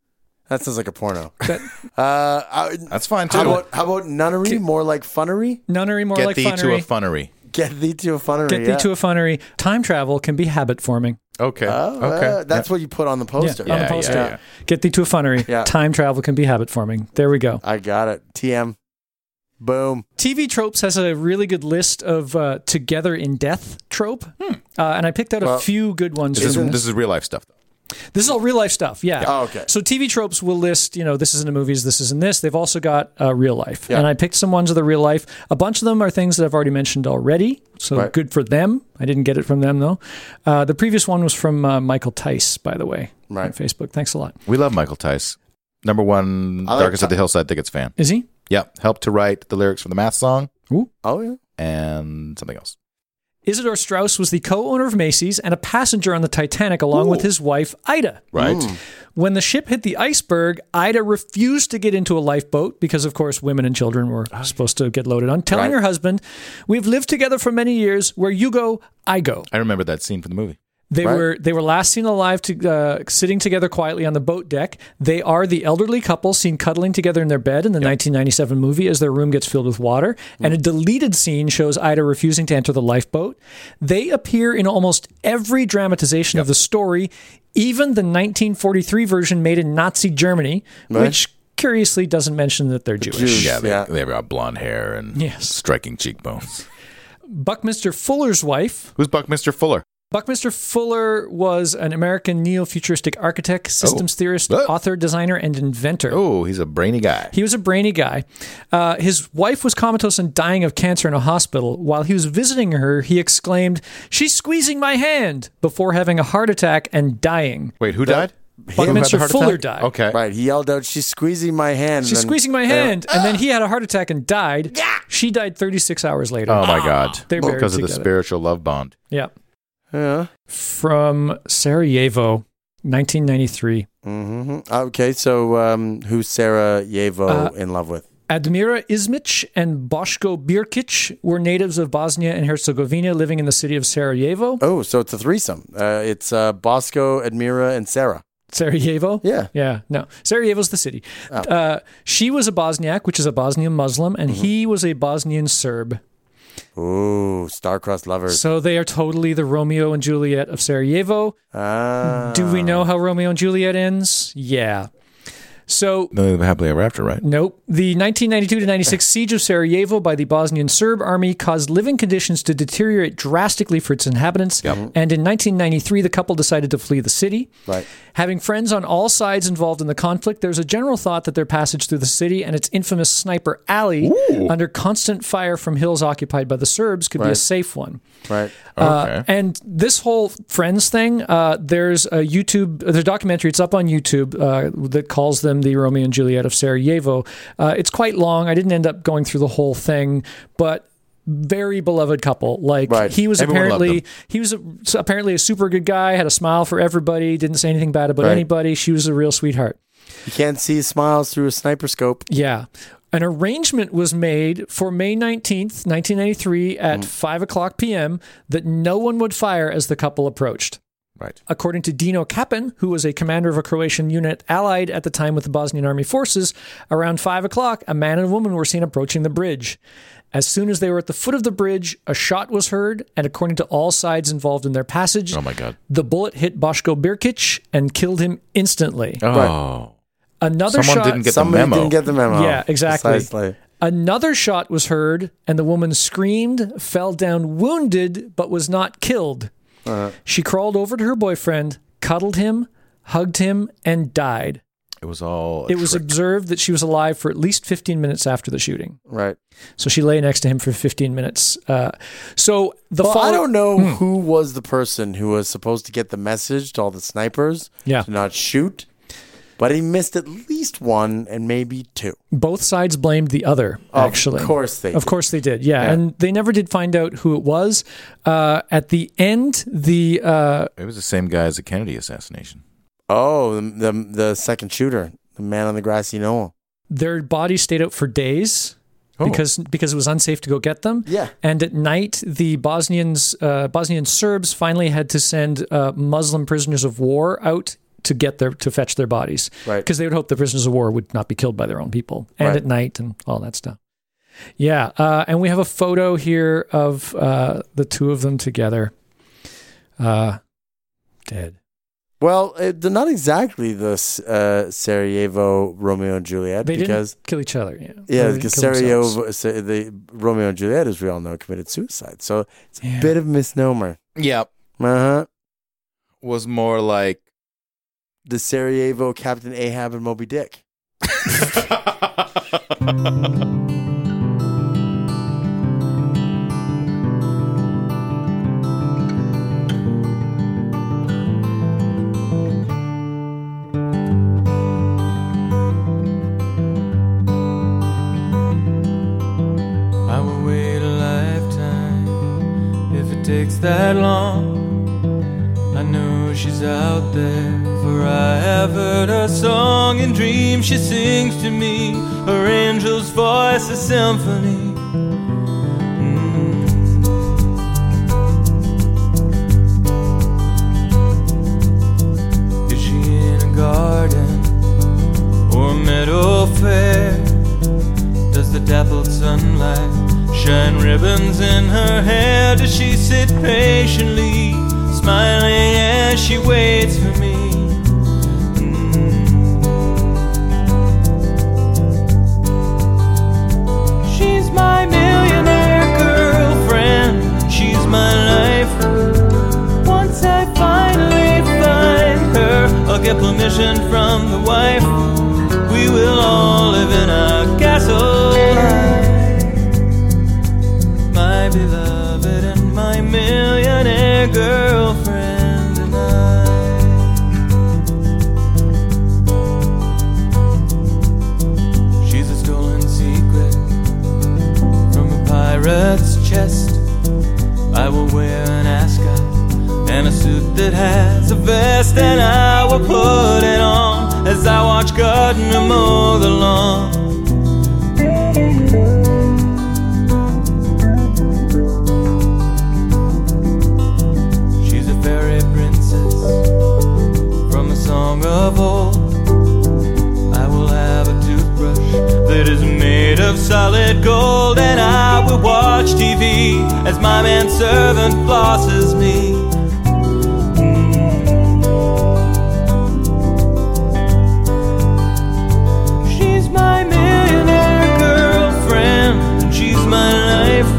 Speaker 2: That sounds like a porno.
Speaker 1: That-
Speaker 2: Uh, I,
Speaker 3: That's fine too.
Speaker 2: how about how about nunnery? More like funnery.
Speaker 1: Nunnery, more
Speaker 3: get
Speaker 1: like
Speaker 3: thee to a
Speaker 1: funnery.
Speaker 3: funnery.
Speaker 2: Get thee to a funnery.
Speaker 1: Get
Speaker 2: yeah.
Speaker 1: thee to a funnery. Time travel can be habit forming.
Speaker 3: Okay.
Speaker 2: Oh,
Speaker 3: okay.
Speaker 2: uh, that's what you put on the poster.
Speaker 1: on the
Speaker 3: Yeah,
Speaker 1: poster.
Speaker 3: yeah, yeah.
Speaker 1: Get thee to a funnery.
Speaker 2: Yeah.
Speaker 1: Time travel can be habit forming. There we go.
Speaker 2: I got it. TM. Boom.
Speaker 1: TV Tropes has a really good list of uh, together in death trope, uh, and I picked out
Speaker 2: Well,
Speaker 1: a few good ones.
Speaker 3: This
Speaker 1: from
Speaker 3: is
Speaker 1: this.
Speaker 3: this is real life stuff.
Speaker 1: This is all real life stuff. Yeah.
Speaker 2: Oh, okay.
Speaker 1: So TV Tropes will list, you know, this isn't in movies, this isn't this. They've also got uh, real life,
Speaker 2: Yeah.
Speaker 1: and I picked some ones of the real life. A bunch of them are things that I've already mentioned already. So
Speaker 2: Right.
Speaker 1: good for them. I didn't get it from them though. Uh, the previous one was from uh, Michael Tice, by the way, on
Speaker 2: Right.
Speaker 1: Facebook. Thanks a lot.
Speaker 3: We love Michael Tice. Number one,
Speaker 2: I like
Speaker 3: Darkest of
Speaker 2: Ti-
Speaker 3: the Hillside Thickets fan.
Speaker 1: Is he?
Speaker 3: Yep. Helped to write the lyrics for the math song
Speaker 1: Ooh.
Speaker 2: Oh yeah.
Speaker 3: and something else.
Speaker 1: Isidore Strauss was the co-owner of Macy's and a passenger on the Titanic along with
Speaker 3: Ooh.
Speaker 1: his wife Ida.
Speaker 3: Right.
Speaker 1: When the ship hit the iceberg, Ida refused to get into a lifeboat because, of course, women and children were supposed to get loaded on, telling
Speaker 2: Right.
Speaker 1: her husband, We've lived together for many years. Where you go, I go.
Speaker 3: I remember that scene from the movie.
Speaker 1: They
Speaker 2: Right.
Speaker 1: were they were last seen alive, to, uh, sitting together quietly on the boat deck. They are the elderly couple seen cuddling together in their bed in the 1997 movie as their room gets filled with water. And a deleted scene shows Ida refusing to enter the lifeboat. They appear in almost every dramatization of the story, even the 1943 version made in Nazi Germany, which curiously doesn't mention that they're Jewish.
Speaker 2: Jews,
Speaker 3: Yeah, they,
Speaker 2: yeah.
Speaker 3: they've got blonde hair and
Speaker 1: Yes.
Speaker 3: striking cheekbones.
Speaker 1: Buckminster Fuller's wife
Speaker 3: Who's Buckminster Fuller?
Speaker 1: Buckminster Fuller was an American neo futuristic architect, systems theorist,
Speaker 3: Oh.
Speaker 1: author, designer, and inventor.
Speaker 3: Oh, he's a brainy guy.
Speaker 1: He was a brainy guy. Uh, his wife was comatose and dying of cancer in a hospital. While he was visiting her, he exclaimed, She's squeezing my hand! before having a heart attack and dying.
Speaker 3: Wait, who died? Who had the
Speaker 1: Buckminster
Speaker 3: heart
Speaker 1: Fuller
Speaker 3: attack?
Speaker 1: died.
Speaker 3: Okay. uh,
Speaker 2: Right. He yelled out, "She's squeezing my hand."
Speaker 1: She's
Speaker 2: and then-
Speaker 1: squeezing my hand. And
Speaker 3: ah!
Speaker 1: then he had a heart attack and died. She died 36 hours later.
Speaker 3: Oh my God.
Speaker 1: Ah, They're buried
Speaker 3: because of the
Speaker 1: together.
Speaker 3: spiritual love bond.
Speaker 1: Yeah.
Speaker 2: Yeah.
Speaker 1: From Sarajevo, 1993.
Speaker 2: hmm Okay. So, um, who's Sarah Yevo
Speaker 1: Uh,
Speaker 2: in love with?
Speaker 1: Admira Izmic and Boško Birkic were natives of Bosnia and Herzegovina living in the city of Sarajevo.
Speaker 2: Oh, so it's a threesome. Uh, it's uh, Bosco, Admira, and Sarah.
Speaker 1: Sarajevo?
Speaker 2: Yeah. Oh.
Speaker 1: Yeah, no. Sarajevo's the city. Uh, she was a Bosniak, which is a Bosnian Muslim, and
Speaker 2: Mm-hmm.
Speaker 1: he was a Bosnian Serb.
Speaker 2: Ooh, star-crossed lovers.
Speaker 1: So they are totally the Romeo and Juliet of Sarajevo.
Speaker 2: Ah.
Speaker 1: Do we know how Romeo and Juliet ends? Yeah. So
Speaker 3: No, they live happily ever after, right?
Speaker 1: Nope. The 1992 to 96 siege of Sarajevo by the Bosnian Serb army caused living conditions to deteriorate drastically for its inhabitants. And in 1993, the couple decided to flee the city.
Speaker 2: Right.
Speaker 1: Having friends on all sides involved in the conflict, there's a general thought that their passage through the city and its infamous sniper alley under constant fire from hills occupied by the Serbs could be a
Speaker 2: Right.
Speaker 1: safe one.
Speaker 2: Right.
Speaker 1: Uh, and this whole friends thing, uh, there's a YouTube, there's a documentary. It's up on YouTube uh, that calls them the Romeo and Juliet of Sarajevo. Uh, it's quite long. I didn't end up going through the whole thing, but very beloved couple. Like
Speaker 2: Right.
Speaker 1: he was
Speaker 3: Everyone loved
Speaker 1: apparently he was a, so apparently a super good guy. Had a smile for everybody. Didn't say anything bad about
Speaker 2: Right.
Speaker 1: anybody. She was a real sweetheart.
Speaker 2: You can't see smiles through a sniper scope.
Speaker 1: Yeah. An arrangement was made for May 19th, 1993, at 5 o'clock p.m., that no one would fire as the couple approached.
Speaker 3: Right.
Speaker 1: According to Dino Kapin, who was a commander of a Croatian unit allied at the time with the Bosnian Army forces, around 5 o'clock, a man and a woman were seen approaching the bridge. As soon as they were at the foot of the bridge, a shot was heard, and according to all sides involved in their passage,
Speaker 3: Oh my God.
Speaker 1: the bullet hit Boško Birkic and killed him instantly.
Speaker 3: Oh.
Speaker 1: Another
Speaker 3: Someone
Speaker 1: shot
Speaker 3: didn't get the
Speaker 2: Somebody
Speaker 3: memo.
Speaker 2: didn't get the memo.
Speaker 1: Yeah, exactly.
Speaker 2: Precisely.
Speaker 1: Another shot was heard, and the woman screamed, fell down wounded, but was not killed.
Speaker 2: Uh,
Speaker 1: She crawled over to her boyfriend, cuddled him, hugged him, and died.
Speaker 3: It was all. a
Speaker 1: It was
Speaker 3: trick.
Speaker 1: observed that she was alive for at least 15 minutes after the shooting.
Speaker 2: Right.
Speaker 1: So she lay next to him for 15 minutes. Uh, so the
Speaker 2: Well, I
Speaker 1: follow- Hmm.
Speaker 2: don't know who was the person who was supposed to get the message to all the snipers
Speaker 1: Yeah.
Speaker 2: to not shoot. but he missed at least one and maybe two.
Speaker 1: Both sides blamed the other, actually.
Speaker 2: course they
Speaker 1: Of
Speaker 2: did.
Speaker 1: course they did, yeah. And they never did find out who it was. Uh, at the end, the. Uh,
Speaker 3: It was the same guy as the Kennedy assassination.
Speaker 2: Oh, the, the, the second shooter, the man on the grassy knoll.
Speaker 1: their bodies stayed out for days because because it was unsafe to go get them.
Speaker 2: Oh. Yeah.
Speaker 1: And at night, the Bosnians, uh, Bosnian Serbs, finally had to send uh, Muslim prisoners of war out to get their to fetch their bodies,
Speaker 2: Right.
Speaker 1: Because they would hope the prisoners of war would not be killed by their own people, and
Speaker 2: Right.
Speaker 1: at night and all that stuff. Yeah, uh, and we have a photo here of uh, the two of them together, uh, dead.
Speaker 2: Well, it, they're not exactly the uh, Sarajevo Romeo and Juliet
Speaker 1: They
Speaker 2: because
Speaker 1: didn't kill each other. Yeah,
Speaker 2: yeah,
Speaker 1: They
Speaker 2: because
Speaker 1: didn't kill themselves.
Speaker 2: Sarajevo, Sa- the Romeo and Juliet, as we all know, committed suicide. So it's
Speaker 1: Yeah.
Speaker 2: a bit of misnomer.
Speaker 3: Yep.
Speaker 2: Uh huh.
Speaker 3: Was more like
Speaker 2: The Sarajevo Captain Ahab and Moby Dick.
Speaker 4: I will wait a lifetime if it takes that long. I know she's out there, for I have heard her song in dreams. She sings to me, her angel's voice, a symphony. Mm. Is she in a garden or a meadow fair? Does the dappled sunlight shine ribbons in her hair? Does she sit patiently, smiling as she waits for me? Mm. She's my millionaire girlfriend. She's my life. Once I finally find her, I'll get permission from the wife. We will all live in a castle high. My beloved and my millionaire girlfriend and I. She's a stolen secret from a pirate's chest. I will wear an ascot and a suit that has a vest, and I will put it on as I watch Gardner mow the lawn. She's a fairy princess from a song of old. I will have a toothbrush that is made of solid gold, and I will watch TV as my manservant flosses me. Mm. She's my millionaire girlfriend, and she's my life.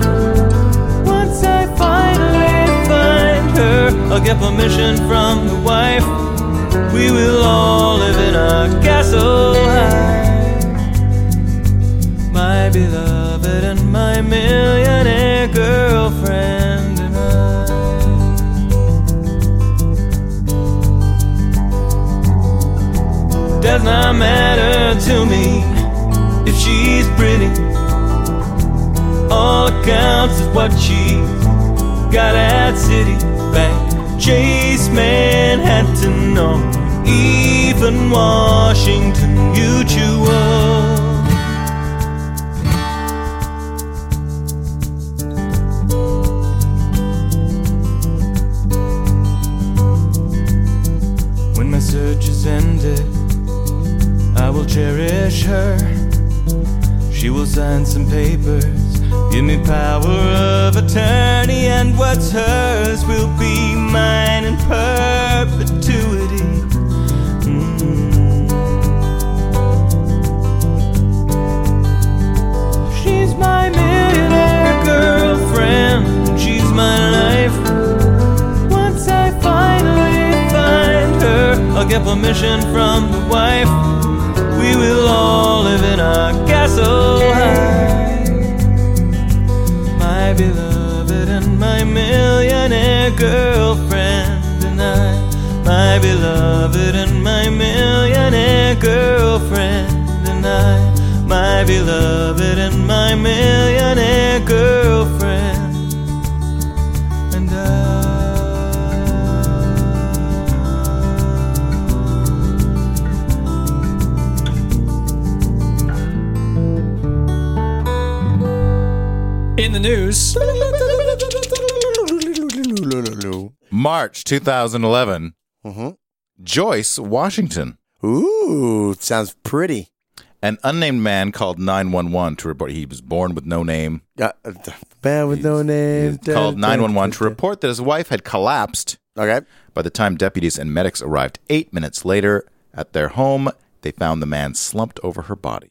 Speaker 4: Once I finally find her, I'll get permission from the wife. We will all live in a castle high. My beloved and my millionaire girlfriend and I. Does not matter to me if she's pretty. All that counts is what she's got at City Bank. Chase Manhattan on even Washington Mutual. When my search is ended, I will cherish her. She will sign some papers, give me power of attorney, and what's hers will be mine in perpetuity. Mm. She's my millionaire girlfriend, she's my life. Once I finally find her, I'll get permission from the wife. We will all live in a castle high. My beloved and my millionaire girlfriend and I. My beloved and my millionaire my beloved and my millionaire girlfriend. And I.
Speaker 1: In the news,
Speaker 3: March 2011.
Speaker 2: Mm-hmm.
Speaker 3: Joyce Washington.
Speaker 2: Ooh, sounds pretty.
Speaker 3: An unnamed man called 911 to report he was born with no name.
Speaker 2: Uh, uh, man with no name.
Speaker 3: He called 911 to report that his wife had collapsed.
Speaker 2: Okay.
Speaker 3: By the time deputies and medics arrived eight minutes later at their home, they found the man slumped over her body.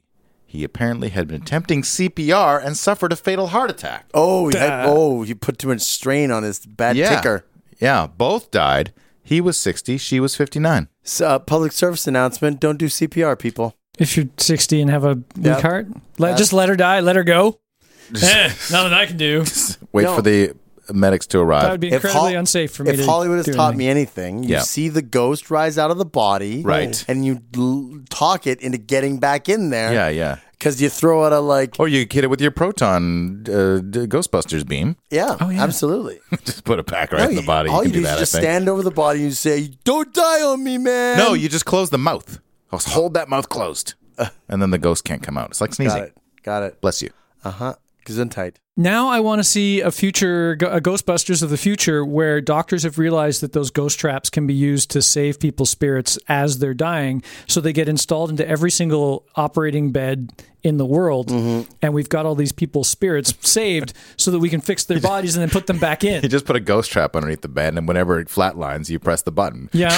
Speaker 3: He apparently had been attempting CPR and suffered a fatal heart attack.
Speaker 2: Oh, he had, oh, you put too much strain on his bad ticker.
Speaker 3: Yeah, both died. He was 60, she was 59.
Speaker 2: S- uh, public service announcement: Don't do CPR, people.
Speaker 1: if you're 60 and have a weak
Speaker 2: Yep.
Speaker 1: heart, let, just let her die, let her go. Eh, nothing I can do.
Speaker 3: Wait
Speaker 2: No.
Speaker 3: for the medics to arrive.
Speaker 1: That would be incredibly
Speaker 2: Hol-
Speaker 1: unsafe for me.
Speaker 2: If
Speaker 1: to
Speaker 2: Hollywood has
Speaker 1: do
Speaker 2: taught
Speaker 1: anything.
Speaker 2: me anything, you
Speaker 3: Yeah.
Speaker 2: see the ghost rise out of the body,
Speaker 3: Right.
Speaker 2: And you l- talk it into getting back in there.
Speaker 3: yeah, yeah.
Speaker 2: Because you throw out a like,
Speaker 3: Or you could hit it with your proton uh, d- Ghostbusters beam.
Speaker 2: yeah,
Speaker 1: Oh, yeah.
Speaker 2: absolutely.
Speaker 3: just put a pack right
Speaker 2: No,
Speaker 3: in the
Speaker 2: you-
Speaker 3: body.
Speaker 2: All
Speaker 3: you
Speaker 2: you,
Speaker 3: can do
Speaker 2: do
Speaker 3: that,
Speaker 2: is
Speaker 3: I
Speaker 2: just
Speaker 3: think.
Speaker 2: stand over the body and say, "Don't die on me, man."
Speaker 3: no, you just close the mouth. Just hold that mouth closed.
Speaker 1: Uh.
Speaker 3: and then the ghost can't come out. It's like
Speaker 2: got
Speaker 3: sneezing.
Speaker 2: it. Got it.
Speaker 3: Bless you.
Speaker 2: Uh huh. Gesundheit.
Speaker 1: Now I want to see a future go- a Ghostbusters of the future where doctors have realized that those ghost traps can be used to save people's spirits as they're dying, so they get installed into every single operating bed in the world,
Speaker 3: Mm-hmm.
Speaker 1: and we've got all these people's spirits saved so that we can fix their bodies and then put them back
Speaker 3: You
Speaker 1: in.
Speaker 3: just put a ghost trap underneath the bed, and whenever it flatlines, you press the button.
Speaker 1: Yeah.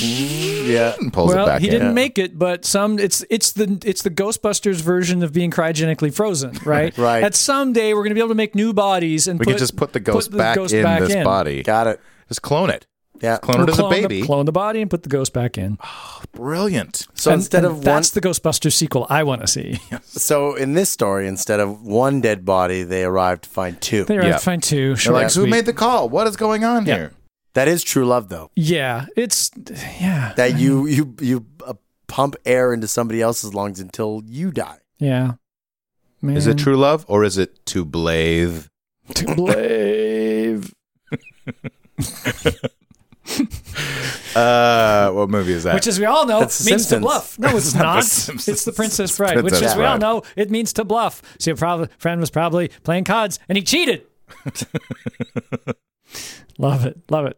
Speaker 2: Yeah.
Speaker 3: And pulls it
Speaker 1: Well,
Speaker 3: back
Speaker 1: he
Speaker 3: in.
Speaker 1: didn't make it, but some it's it's the it's the Ghostbusters version of being cryogenically frozen, right?
Speaker 2: Right.
Speaker 1: At some day we're going to be able to make new bodies and
Speaker 3: we
Speaker 1: put,
Speaker 3: can just put the ghost back
Speaker 1: ghost
Speaker 3: in
Speaker 1: back
Speaker 3: this
Speaker 1: in.
Speaker 3: body.
Speaker 2: Got it.
Speaker 3: Just clone it.
Speaker 2: Yeah.
Speaker 3: Clone
Speaker 1: We'll
Speaker 3: it as a
Speaker 1: clone the-
Speaker 3: baby.
Speaker 1: clone the body and put the ghost back in.
Speaker 3: Brilliant.
Speaker 2: So
Speaker 1: And-
Speaker 2: instead
Speaker 1: and
Speaker 2: of one,
Speaker 1: that's the Ghostbusters sequel I want to see.
Speaker 2: so in this story, instead of one dead body, they arrived to find two.
Speaker 1: They are
Speaker 3: Yeah.
Speaker 1: fine too.
Speaker 3: They're
Speaker 1: Sure.
Speaker 3: like, who made the call? What is going on
Speaker 1: Yeah.
Speaker 3: here?
Speaker 2: That is true love, though.
Speaker 1: yeah, it's yeah,
Speaker 2: That you you you uh, pump air into somebody else's lungs until you die.
Speaker 1: yeah. Man.
Speaker 3: Is it true love or is it to blathe?
Speaker 1: To believe.
Speaker 3: Uh, what movie is that?
Speaker 1: Which, as we all know,
Speaker 2: That's The
Speaker 1: means to
Speaker 2: Simpsons.
Speaker 1: bluff. No, it's
Speaker 3: not The
Speaker 1: not.
Speaker 3: Simpsons.
Speaker 1: it's the Princess
Speaker 3: It's
Speaker 1: Bride, which,
Speaker 3: Princess
Speaker 1: as we all
Speaker 3: Bride.
Speaker 1: know, it means to bluff. So your prob- friend was probably playing cards and he cheated. love it. Love it.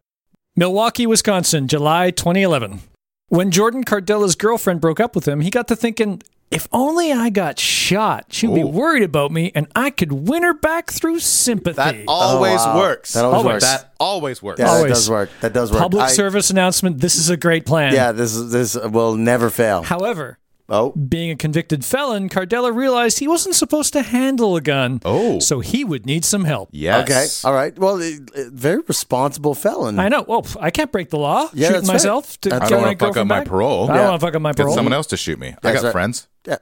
Speaker 1: Milwaukee, Wisconsin, July 2011. When Jordan Cardella's girlfriend broke up with him, he got to thinking, if only I got shot, she'd be
Speaker 3: Ooh.
Speaker 1: worried about me and I could win her back through sympathy.
Speaker 3: that always
Speaker 2: Oh, wow.
Speaker 3: works.
Speaker 2: That always
Speaker 1: Always. works.
Speaker 3: That always works.
Speaker 2: Yeah, that
Speaker 1: Always.
Speaker 2: does work. That does work.
Speaker 1: Public
Speaker 2: I-
Speaker 1: service announcement. This is a great plan.
Speaker 2: Yeah, this is this will never fail.
Speaker 1: However,
Speaker 2: Oh,
Speaker 1: Being a convicted felon, Cardella realized he wasn't supposed to handle a gun.
Speaker 3: Oh.
Speaker 1: So he would need some help.
Speaker 3: Yes.
Speaker 2: okay, all right. Well, it, it- very responsible felon.
Speaker 1: I know. Well, I can't break the law.
Speaker 2: Yeah,
Speaker 1: shooting
Speaker 2: that's right.
Speaker 1: myself to
Speaker 2: I
Speaker 3: I
Speaker 1: get
Speaker 3: don't
Speaker 1: my
Speaker 3: want to fuck up
Speaker 1: girlfriend
Speaker 3: my
Speaker 1: back.
Speaker 3: parole.
Speaker 1: I don't
Speaker 2: Yeah.
Speaker 1: want to fuck up my
Speaker 3: Get
Speaker 1: parole.
Speaker 3: someone else to shoot me. I
Speaker 2: That's
Speaker 3: got
Speaker 2: right.
Speaker 3: friends.
Speaker 2: Yeah.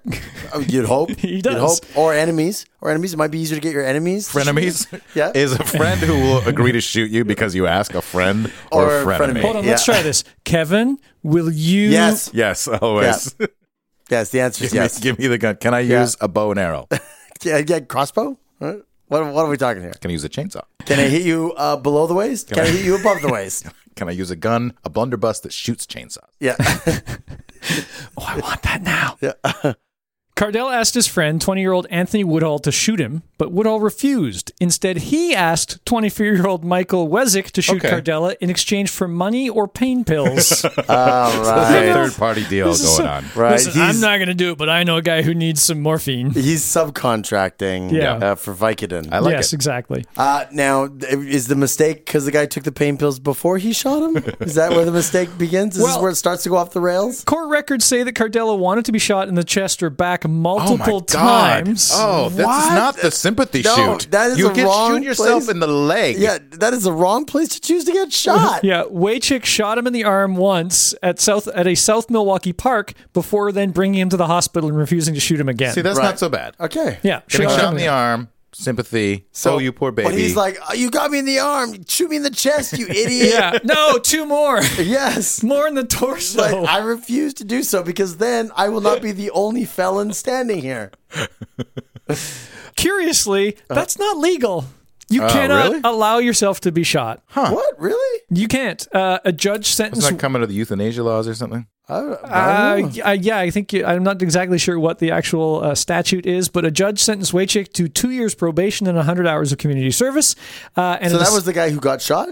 Speaker 2: Oh, You'd hope
Speaker 1: He
Speaker 2: You'd
Speaker 1: does.
Speaker 2: hope, or enemies, or enemies. It might be easier to get your enemies.
Speaker 3: Frenemies
Speaker 2: Yeah.
Speaker 3: is a friend who will agree to shoot you because you ask a friend or,
Speaker 2: Or a
Speaker 3: a frenemy.
Speaker 2: frenemy.
Speaker 1: Hold on, let's
Speaker 2: Yeah.
Speaker 1: try this. Kevin, will you
Speaker 2: Yes,
Speaker 3: Yes, always.
Speaker 2: yes. The answer is
Speaker 3: give,
Speaker 2: yes.
Speaker 3: me, give me the gun. Can I
Speaker 2: Yeah.
Speaker 3: use a bow and arrow? Can
Speaker 2: Yeah, yeah, crossbow. Huh? What, what are we talking here?
Speaker 3: I use a chainsaw?
Speaker 2: Can I hit you uh, below the waist? Can I hit you above the waist?
Speaker 3: Can I use a gun, a blunderbuss that shoots chainsaws?
Speaker 2: Yeah.
Speaker 1: Oh, I want that now. Cardell asked his friend, 20 year old Anthony Woodhull, to shoot him, but Woodhull refused. Instead, he asked 24 year old Michael Wezick to shoot
Speaker 3: Okay.
Speaker 1: Cardella in exchange for money or pain pills.
Speaker 2: All
Speaker 3: There's a
Speaker 2: right.
Speaker 3: third party deal
Speaker 1: This is
Speaker 3: going
Speaker 1: so-
Speaker 3: on.
Speaker 2: Right.
Speaker 1: Listen,
Speaker 2: he's,
Speaker 1: I'm not going to do it, but I know a guy who needs some morphine.
Speaker 2: he's subcontracting
Speaker 1: Yeah.
Speaker 2: uh, for Vicodin.
Speaker 3: I like
Speaker 1: yes,
Speaker 3: it.
Speaker 1: exactly.
Speaker 2: Uh, now, is the mistake because the guy took the pain pills before he shot him? Is that where the mistake begins? Is this
Speaker 1: Well-
Speaker 2: where it starts to go off the rails?
Speaker 1: Court records say that Cardella wanted to be shot in the chest or back
Speaker 3: Oh my
Speaker 1: multiple
Speaker 3: God.
Speaker 1: times.
Speaker 3: Oh, this is
Speaker 2: What?
Speaker 3: not the sympathy
Speaker 2: No,
Speaker 3: shoot.
Speaker 2: that is
Speaker 3: you
Speaker 2: the
Speaker 3: can
Speaker 2: wrong
Speaker 3: shoot yourself
Speaker 2: place.
Speaker 3: in the leg.
Speaker 2: Yeah, that is the wrong place to choose to get shot.
Speaker 1: Yeah, Waychick shot him in the arm once at South at a South Milwaukee park before then bringing him to the hospital and refusing to shoot him again.
Speaker 3: See, that's
Speaker 2: Right.
Speaker 3: not so bad.
Speaker 2: Okay.
Speaker 1: yeah,
Speaker 3: Getting
Speaker 1: shot
Speaker 3: shot
Speaker 1: him
Speaker 3: in the arm, sympathy.
Speaker 2: So
Speaker 3: oh, you poor baby.
Speaker 2: But he's like, "Oh, you got me in the arm. Shoot me in the chest, you idiot.
Speaker 1: Yeah. No, two more.
Speaker 2: Yes.
Speaker 1: More in the torso.
Speaker 2: Like, I refuse to do so because then I will not be the only felon standing here.
Speaker 1: Curiously, that's not legal. You cannot
Speaker 3: Uh-huh. Oh, really?
Speaker 1: allow yourself to be shot.
Speaker 2: What? Really?
Speaker 1: You can't. Uh, a judge
Speaker 3: it's
Speaker 1: sentenced.
Speaker 3: not coming under the euthanasia laws or something.
Speaker 2: I, don't- I
Speaker 1: uh,
Speaker 2: don't know.
Speaker 1: y- uh, yeah, I think you, I'm not exactly sure what the actual uh, statute is, but a judge sentenced Waychick to two years probation and 100 hours of community service. Uh, and
Speaker 2: So
Speaker 1: it
Speaker 2: that
Speaker 1: is-
Speaker 2: was the guy who got shot?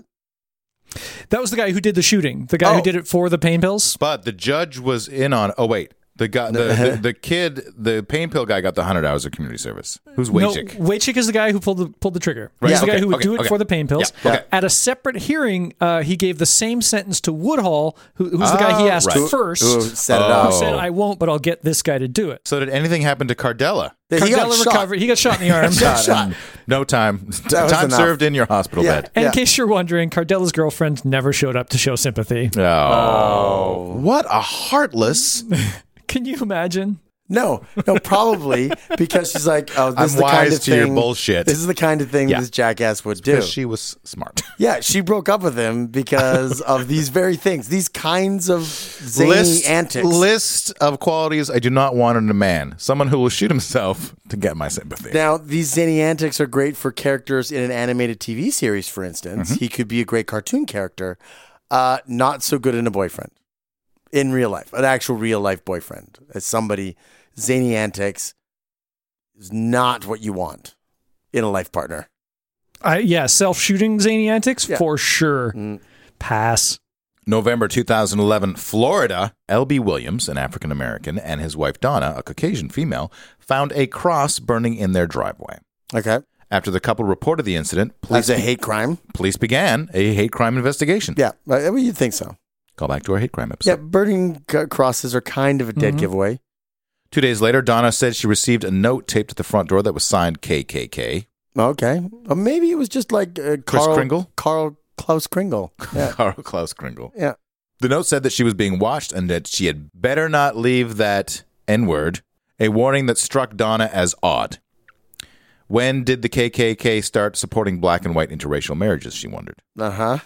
Speaker 1: that was the guy who did the shooting, the guy
Speaker 2: Oh.
Speaker 1: who did it for the pain pills.
Speaker 3: But the judge was in on. Oh wait, the guy, the, the, the kid, the pain pill guy got the hundred hours of community service. Who's Wajik?
Speaker 1: No, Waychick is the guy who pulled the pulled the trigger. He's
Speaker 3: Yeah,
Speaker 1: the guy
Speaker 3: okay,
Speaker 1: who would
Speaker 3: okay,
Speaker 1: do it
Speaker 3: okay.
Speaker 1: for the pain pills.
Speaker 3: Yeah, okay.
Speaker 1: At a separate hearing, uh, he gave the same sentence to Woodhall, who, who's the guy he asked
Speaker 3: right. Who-
Speaker 1: first.
Speaker 2: Who set it
Speaker 3: Oh.
Speaker 1: Who
Speaker 2: up?
Speaker 1: said, "I won't, but I'll get this guy to do it."
Speaker 3: So did anything happen to Cardella?
Speaker 2: He got
Speaker 1: Cardella
Speaker 2: shot.
Speaker 1: recovered. He got shot in the arm.
Speaker 2: Got shot.
Speaker 3: No time.
Speaker 2: was
Speaker 3: time
Speaker 2: enough.
Speaker 3: served in your hospital
Speaker 2: Yeah.
Speaker 3: bed.
Speaker 1: And in case you're wondering, Cardella's girlfriend never showed up to show sympathy.
Speaker 3: Oh,
Speaker 2: Oh.
Speaker 3: what a heartless!
Speaker 1: Can you imagine?
Speaker 2: No, no, probably because she's like, oh, this
Speaker 3: I'm
Speaker 2: is the kind
Speaker 3: wise
Speaker 2: of
Speaker 3: to your
Speaker 2: thing.
Speaker 3: bullshit.
Speaker 2: This is the kind of thing
Speaker 3: Yeah.
Speaker 2: this jackass would do.
Speaker 3: She was smart.
Speaker 2: yeah, she broke up with him because of these very things, these kinds of zany
Speaker 3: list
Speaker 2: antics.
Speaker 3: list of qualities I do not want in a man: someone who will shoot himself to get my sympathy.
Speaker 2: Now, these zany antics are great for characters in an animated TV series, for
Speaker 3: Mm-hmm.
Speaker 2: instance. He could be a great cartoon character, uh, not so good in a boyfriend in real life, an actual real life boyfriend. As somebody, zany antics is not what you want in a life partner.
Speaker 1: I, yeah, self-shooting zany antics
Speaker 2: Yeah. Mm.
Speaker 1: for sure. Pass.
Speaker 3: November 2011, Florida, L.B. Williams, an African American, and his wife Donna, a Caucasian female, found a cross burning in their driveway.
Speaker 2: Okay.
Speaker 3: After the couple reported the incident,
Speaker 2: That's
Speaker 3: police,
Speaker 2: a hate crime.
Speaker 3: police began a hate crime investigation.
Speaker 2: Yeah. I I mean, you'd think so.
Speaker 3: Call back to our hate crime episode.
Speaker 2: Yeah. Burning c- crosses are kind of a dead giveaway.
Speaker 3: Two days later, Donna said she received a note taped at the front door that was signed KKK.
Speaker 2: Oh, Okay. Or maybe it was just like uh,
Speaker 3: Chris
Speaker 2: Carl,
Speaker 3: Kringle?
Speaker 2: Carl Klaus Kringle. Yeah.
Speaker 3: Carl Klaus Kringle.
Speaker 2: yeah.
Speaker 3: The note said that she was being watched and that she had better not leave that N word, a warning that struck Donna as odd. When did the KKK start supporting black and white interracial marriages? She wondered.
Speaker 2: Uh huh.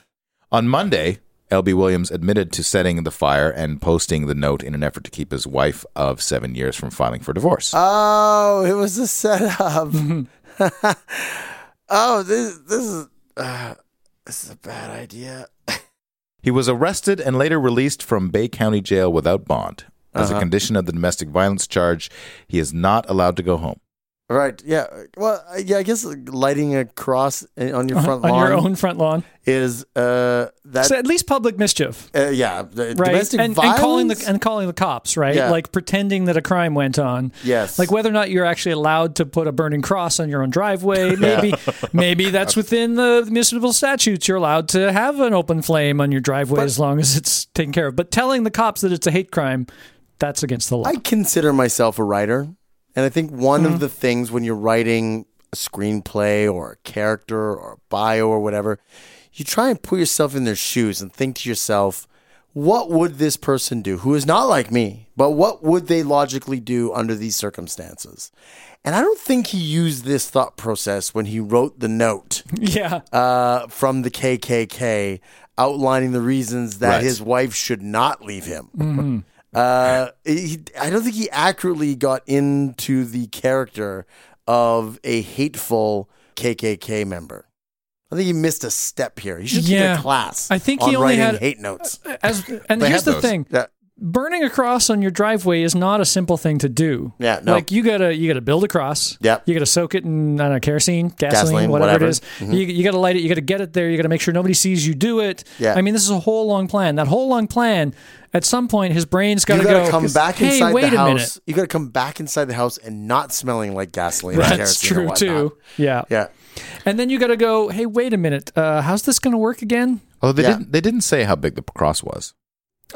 Speaker 3: On Monday, L.B. Williams admitted to setting the fire and posting the note in an effort to keep his wife of seven years from filing for divorce.
Speaker 2: Oh, it was a setup. oh, this this is uh, this is a bad idea.
Speaker 3: He was arrested and later released from Bay County Jail without bond. As a condition of the domestic violence charge, he is not allowed to go home.
Speaker 2: Right? Yeah. Well, uh, yeah. I guess lighting a cross in- on your front
Speaker 1: on
Speaker 2: lawn
Speaker 1: your own front lawn.
Speaker 2: is uh that
Speaker 1: So at least public mischief,
Speaker 2: uh, yeah the
Speaker 1: right?
Speaker 2: domestic
Speaker 1: and,
Speaker 2: violence
Speaker 1: and calling the and calling the cops, right?
Speaker 2: Yeah.
Speaker 1: Like pretending that a crime went on.
Speaker 2: Yes.
Speaker 1: Like whether or not you're actually allowed to put a burning cross on your own driveway, maybe maybe that's within the municipal statutes. You're allowed to have an open flame on your driveway as long as it's taken care of. But telling the cops that it's a hate crime, that's against the law.
Speaker 2: I consider myself a writer, and I think one of the things when you're writing a screenplay or a character or a bio or whatever, you try and put yourself in their shoes and think to yourself, what would this person do who is not like me, but what would they logically do under these circumstances? And I don't think he used this thought process when he wrote the note
Speaker 1: yeah.
Speaker 2: uh, from the KKK outlining the reasons that
Speaker 3: Right.
Speaker 2: his wife should not leave him.
Speaker 1: Mm-hmm.
Speaker 2: Uh, he, I don't think he accurately got into the character of a hateful KKK member. I think he missed a step here. He should have taken
Speaker 1: Yeah.
Speaker 2: a class.
Speaker 1: I think he
Speaker 2: on
Speaker 1: only
Speaker 2: writing
Speaker 1: had- uh,
Speaker 2: hate notes.
Speaker 1: As and
Speaker 3: They
Speaker 1: here's the
Speaker 3: have those.
Speaker 1: thing.
Speaker 2: Yeah.
Speaker 1: burning a cross on your driveway is not a simple thing to do.
Speaker 2: Yeah, no.
Speaker 1: Like you gotta you gotta build a cross.
Speaker 2: Yep.
Speaker 1: You gotta soak it in I don't know, kerosene, gasoline,
Speaker 2: Gasoline,
Speaker 1: whatever,
Speaker 2: whatever. Mm-hmm.
Speaker 1: it is. You you gotta light it. You gotta get it there. You gotta make sure nobody sees you do it.
Speaker 2: Yeah.
Speaker 1: I mean, this is a whole long plan. That whole long plan. At some point, his brain's
Speaker 2: You
Speaker 1: gotta
Speaker 2: gotta
Speaker 1: go.
Speaker 2: come back
Speaker 1: hey,
Speaker 2: inside
Speaker 1: wait
Speaker 2: the
Speaker 1: a
Speaker 2: house.
Speaker 1: minute.
Speaker 2: You gotta come back inside the house and not smelling like gasoline. or
Speaker 1: That's
Speaker 2: kerosene or
Speaker 1: true
Speaker 2: whatnot.
Speaker 1: too. Yeah.
Speaker 2: Yeah.
Speaker 1: And then you gotta go. Hey, wait a minute. Uh, how's this gonna work again?
Speaker 3: Although they,
Speaker 2: Yeah.
Speaker 3: didn't, they didn't say how big the cross was.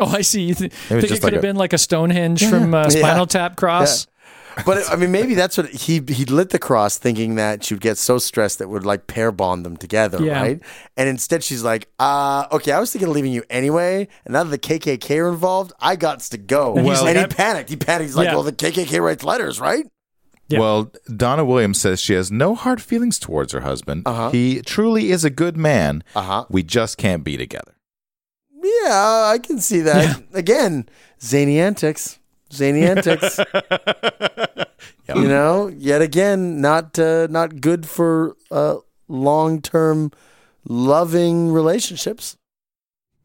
Speaker 1: Oh, I see. You th- think it
Speaker 3: just
Speaker 1: could
Speaker 3: like
Speaker 1: have
Speaker 3: a-
Speaker 1: been like a Stonehenge from uh, Spinal Tap cross.
Speaker 2: But I mean, maybe that's what he he lit the cross, thinking that she'd get so stressed that would like pair bond them together,
Speaker 1: Yeah.
Speaker 2: right? And instead, she's like, uh, "Okay, I was thinking of leaving you anyway, and now that the KKK are involved, I got to go."
Speaker 1: And he's
Speaker 2: and
Speaker 1: like,
Speaker 2: he
Speaker 1: I-
Speaker 2: panicked. He panicked. He's like,
Speaker 1: Yeah.
Speaker 2: "Well, the KKK writes letters, right?"
Speaker 1: Yeah.
Speaker 3: Well, Donna Williams says she has no hard feelings towards her husband.
Speaker 1: Uh-huh.
Speaker 3: He truly is a good man.
Speaker 2: Uh-huh.
Speaker 3: We just can't be together.
Speaker 2: Yeah, I can see that. Again, zany antics. Zany antics. You know, yet again, not uh, not good for uh, long term loving relationships.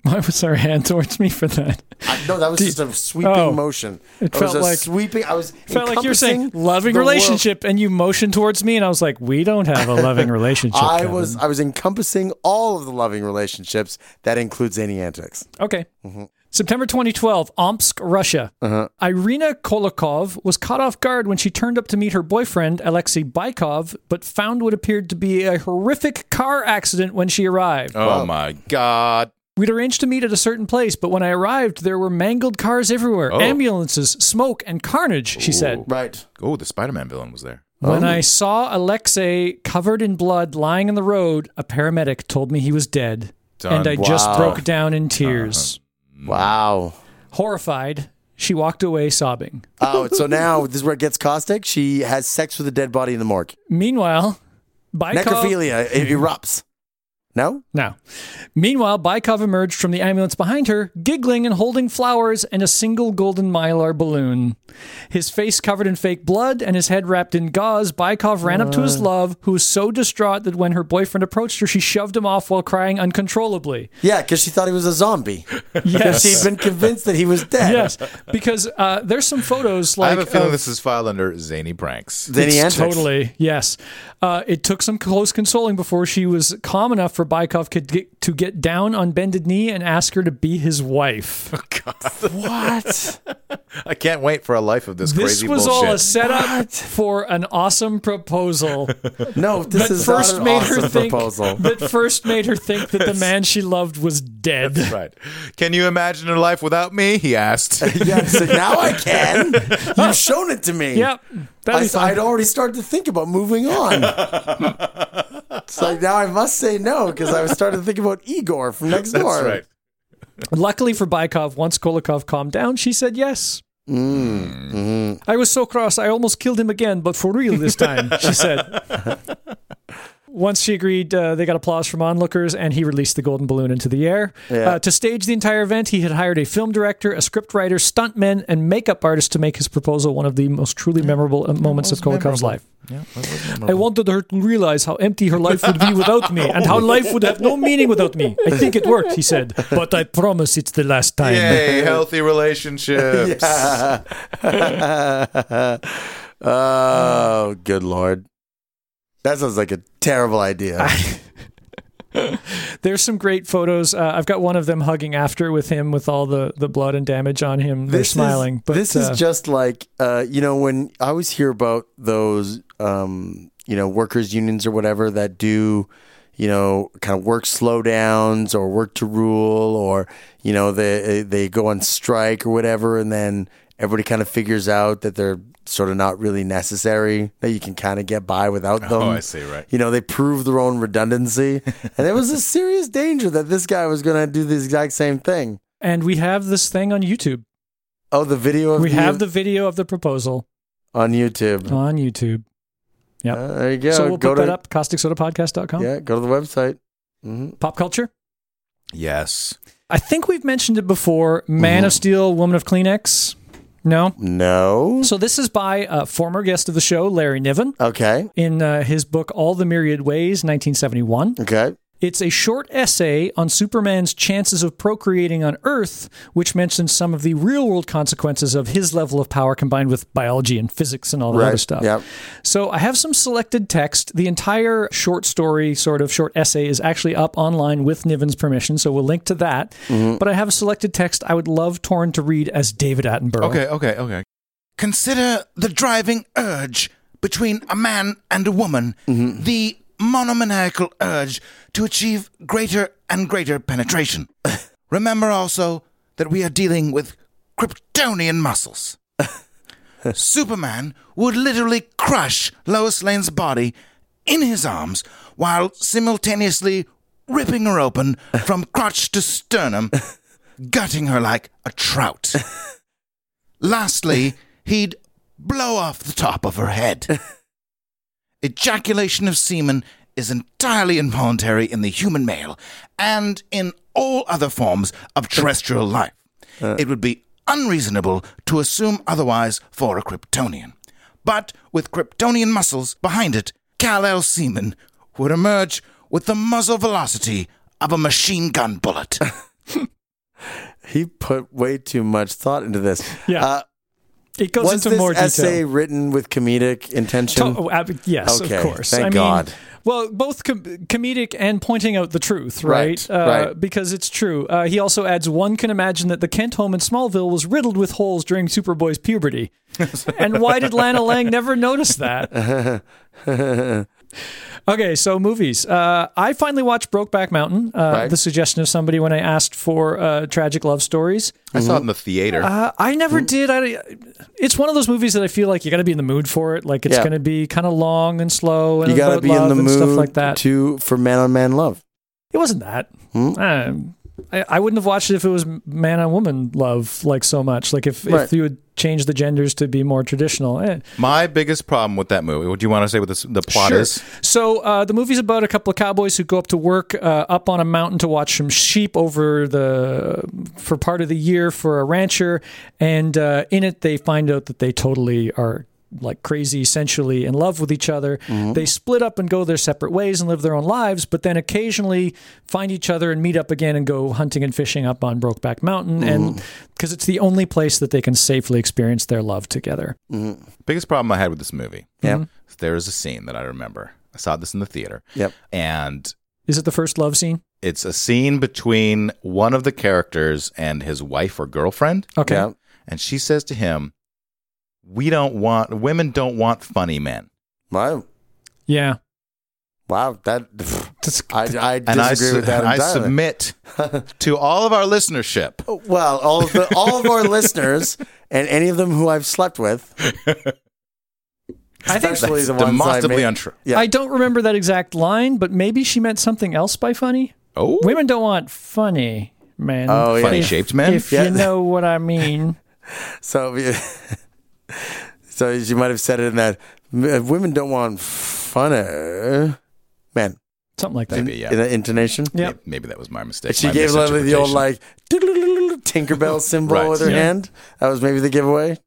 Speaker 1: Why was her hand towards me for that?
Speaker 2: I, no, that was
Speaker 1: Do-
Speaker 2: just a sweeping
Speaker 1: oh.
Speaker 2: motion.
Speaker 1: It
Speaker 2: That was
Speaker 1: felt
Speaker 2: a
Speaker 1: like-
Speaker 2: sweeping. I was
Speaker 1: Felt like you're saying
Speaker 2: encompassing
Speaker 1: loving
Speaker 2: the world.
Speaker 1: relationship, and you motioned towards me, and I was like, "We don't have a loving relationship."
Speaker 2: I
Speaker 1: Kevin."
Speaker 2: was I was encompassing all of the loving relationships. That includes any antics.
Speaker 1: Okay.
Speaker 2: Mm-hmm.
Speaker 1: September 2012, Omsk, Russia.
Speaker 2: Uh-huh.
Speaker 1: Irina Kolokov was caught off guard when she turned up to meet her boyfriend, Alexei Bykov, but found what appeared to be a horrific car accident when she arrived.
Speaker 3: Oh my God.
Speaker 1: We'd arranged to meet at a certain place, but when I arrived, there were mangled cars everywhere,
Speaker 3: Oh.
Speaker 1: ambulances, smoke, and carnage, she said.
Speaker 2: Right.
Speaker 3: Oh, the Spider Man villain was there.
Speaker 1: When I saw Alexei covered in blood lying in the road, a paramedic told me he was dead.
Speaker 3: Done.
Speaker 1: And I just
Speaker 2: Wow.
Speaker 1: broke down in tears.
Speaker 2: Wow.
Speaker 1: Horrified, she walked away sobbing.
Speaker 2: Oh, so now this is where it gets caustic. She has sex with a dead body in the morgue.
Speaker 1: Meanwhile, Bykov
Speaker 2: Necrophilia it erupts. No?
Speaker 1: now. Meanwhile, Bykov emerged from the ambulance behind her, giggling and holding flowers and a single golden mylar balloon. His face covered in fake blood and his head wrapped in gauze, Bykov ran up to his love, who was so distraught that when her boyfriend approached her, she shoved him off while crying uncontrollably.
Speaker 2: Yeah, because she thought he was a zombie.
Speaker 1: Yes.
Speaker 2: She'd been convinced that he was dead.
Speaker 1: yes, because uh, there's some photos like uh,
Speaker 3: I have a feeling
Speaker 1: of-
Speaker 3: this is filed under Zany Pranks.
Speaker 2: Then he
Speaker 1: It's
Speaker 2: antics.
Speaker 1: totally yes. Uh, it took some close consoling before she was calm enough for Bykov could get, to get down on bended knee and ask her to be his
Speaker 3: Oh,
Speaker 1: wife.
Speaker 2: What?
Speaker 3: I can't wait for a life of this,
Speaker 1: This
Speaker 3: crazy
Speaker 1: was
Speaker 3: bullshit.
Speaker 1: all a setup for an awesome proposal
Speaker 2: No, this
Speaker 1: that
Speaker 2: is
Speaker 1: first
Speaker 2: not an
Speaker 1: made
Speaker 2: awesome
Speaker 1: her think
Speaker 2: proposal.
Speaker 1: that first made her think that the man she loved was dead.
Speaker 3: Right. Can you imagine a life without me? He asked.
Speaker 2: yeah, so now I can. You've shown it to me.
Speaker 1: Yep, that
Speaker 2: I,
Speaker 1: is fine.
Speaker 2: I'd already started to think about moving on. it's like now I must say no because I was starting to think about Igor from next
Speaker 3: That's
Speaker 2: door.
Speaker 3: right.
Speaker 1: Luckily for Bykov, once Kolakov calmed down, she said yes. I was so cross, I almost killed him again, but for real this time, she said. Once she agreed, uh, they got applause from onlookers, and he released the golden balloon into the air. Uh, to stage the entire event, he had hired a film director, a scriptwriter, stuntmen, and makeup artist to make his proposal one of the most truly memorable uh, moments of Kolakov's life. I wanted her to realize how empty her life would be without me and how life would have no meaning without me. I think it worked, he said. But I promise it's the last time.
Speaker 3: Yay, healthy relationships.
Speaker 2: oh, good lord. That sounds like a terrible idea.
Speaker 1: There's some great photos. Uh, I've got one of them hugging after with him with all the, the blood and damage on him. They're
Speaker 2: This is-
Speaker 1: smiling. but
Speaker 2: this
Speaker 1: uh,
Speaker 2: is just like uh, you know when I always hear about those um, you know workers unions or whatever that do you know kind of work slowdowns or work to rule or you know they they go on strike or whatever and then everybody kind of figures out that they're sort of not really necessary that you can kind of get by without them.
Speaker 3: Oh, I see, right.
Speaker 2: You know they prove their own redundancy and there was a serious danger that this guy was going to do the exact same thing.
Speaker 1: and we have this thing on YouTube.
Speaker 2: Oh, the video of
Speaker 1: We
Speaker 2: the-
Speaker 1: have the video of the proposal
Speaker 2: on YouTube.
Speaker 1: on YouTube. Yep.
Speaker 2: Uh, there you go.
Speaker 1: Oh, so we'll
Speaker 2: go
Speaker 1: put
Speaker 2: to,
Speaker 1: that up, causticsodapodcast.com.
Speaker 2: Yeah, go to the website. hmm
Speaker 1: Pop culture.
Speaker 3: Yes.
Speaker 1: I think we've mentioned it before. Man
Speaker 2: Mm-hmm.
Speaker 1: of Steel, Woman of Kleenex. No.
Speaker 2: No.
Speaker 1: So this is by a former guest of the show, Larry Niven,
Speaker 2: Okay.
Speaker 1: in uh, his book All the Myriad Ways, 1971.
Speaker 2: Okay.
Speaker 1: It's a short essay on Superman's chances of procreating on Earth, which mentions some of the real world consequences of his level of power combined with biology and physics and all that other
Speaker 2: Right.
Speaker 1: stuff.
Speaker 2: Yep.
Speaker 1: So I have some selected text. The entire short story, sort of short essay, is actually up online with Niven's permission, so we'll link to that.
Speaker 2: Mm-hmm.
Speaker 1: But I have selected text I would love Torn to read as David Attenborough.
Speaker 3: Okay, okay, okay. Consider the driving urge between a man and a woman, the monomaniacal urge to achieve greater and greater penetration. Remember also that we are dealing with Kryptonian muscles. Superman would literally crush Lois Lane's body in his arms while simultaneously ripping her open from crotch to sternum, gutting her like a trout. Lastly, he'd blow off the top of her head. Ejaculation of semen is entirely involuntary in the human male and in all other forms of terrestrial life. it would be unreasonable to assume otherwise for a Kryptonian. But with Kryptonian muscles behind it, Kal-El semen would emerge with the muzzle velocity of a machine gun bullet.
Speaker 2: He put way too much thought into this.
Speaker 1: Yeah.
Speaker 2: Uh,
Speaker 1: It goes
Speaker 2: was
Speaker 1: into
Speaker 2: this
Speaker 1: more detail.
Speaker 2: essay written with comedic intention?
Speaker 1: To- oh, ab- yes,
Speaker 2: Okay,
Speaker 1: of course.
Speaker 2: thank
Speaker 1: I mean,
Speaker 2: God.
Speaker 1: Well, both com- comedic and pointing out the truth, right? Uh,
Speaker 2: Right, right.
Speaker 1: Because it's true. Uh, he also adds, one can imagine that the Kent home in Smallville was riddled with holes during Superboy's puberty. and why did Lana Lang never notice that? okay, so movies. Uh, I finally watched Brokeback Mountain, uh,
Speaker 2: Right.
Speaker 1: the suggestion of somebody when I asked for uh, tragic love stories.
Speaker 3: I saw it in the theater.
Speaker 1: Uh, I never
Speaker 2: Hmm.
Speaker 1: did. I, it's one of those movies that I feel like you got to be in the mood for it. Like it's
Speaker 2: Yeah.
Speaker 1: going to be kind of long and slow, and
Speaker 2: you got to
Speaker 1: about
Speaker 2: be in
Speaker 1: love
Speaker 2: the
Speaker 1: and
Speaker 2: mood
Speaker 1: stuff like that.
Speaker 2: to Hmm? for man on man love.
Speaker 1: it wasn't that. Um, I, I wouldn't have watched it if it was man on woman love like so much. Like if
Speaker 2: Right.
Speaker 1: if you had changed the genders to be more traditional. Eh.
Speaker 3: My biggest problem with that movie. What do you want to say with this, the plot is?
Speaker 1: So uh, the movie's about a couple of cowboys who go up to work uh, up on a mountain to watch some sheep over the for part of the year for a rancher, and uh, in it they find out that they totally are like crazy, essentially in love with each other.
Speaker 3: Mm-hmm.
Speaker 1: They split up and go their separate ways and live their own lives, but then occasionally find each other and meet up again and go hunting and fishing up on Brokeback Mountain,
Speaker 3: Mm-hmm.
Speaker 1: and because it's the only place that they can safely experience their love together.
Speaker 3: Biggest problem I had with this movie.
Speaker 2: Yeah.
Speaker 1: Mm-hmm.
Speaker 3: There is a scene that I remember. I saw this in the theater.
Speaker 2: Yep.
Speaker 3: And
Speaker 1: Is it the first love scene?
Speaker 3: it's a scene between one of the characters and his wife or girlfriend.
Speaker 1: Okay.
Speaker 2: Yeah.
Speaker 3: And she says to him, We don't want, women don't want funny men.
Speaker 2: Wow.
Speaker 1: Yeah.
Speaker 2: Wow. That
Speaker 1: That's-
Speaker 2: I, I
Speaker 3: And I,
Speaker 2: disagree
Speaker 3: su-
Speaker 2: with that
Speaker 3: I
Speaker 2: entirely.
Speaker 3: submit to all of our listenership
Speaker 2: Well, all of, the, all of our listeners and any of them who I've slept with,
Speaker 1: I think
Speaker 2: especially the ones I
Speaker 3: demonstrably
Speaker 2: made,
Speaker 3: untrue.
Speaker 2: Yeah.
Speaker 1: I don't remember that exact line, but maybe she meant something else by funny.
Speaker 3: Oh,
Speaker 1: Women don't want funny men.
Speaker 2: Oh, yeah.
Speaker 3: funny shaped men.
Speaker 1: If
Speaker 2: Yeah.
Speaker 1: you know what I mean.
Speaker 2: So, we- so you might have said it in that "M- women don't want funner men
Speaker 1: Something like that.
Speaker 3: maybe, yeah.
Speaker 2: in that intonation.
Speaker 1: Yeah.
Speaker 3: Maybe, maybe that was my mistake.
Speaker 2: And she
Speaker 3: my
Speaker 2: gave Leslie the old
Speaker 3: misinterpretation.
Speaker 2: like Tinkerbell symbol
Speaker 3: Right.
Speaker 2: with her
Speaker 1: Yeah.
Speaker 2: hand. That was maybe the giveaway.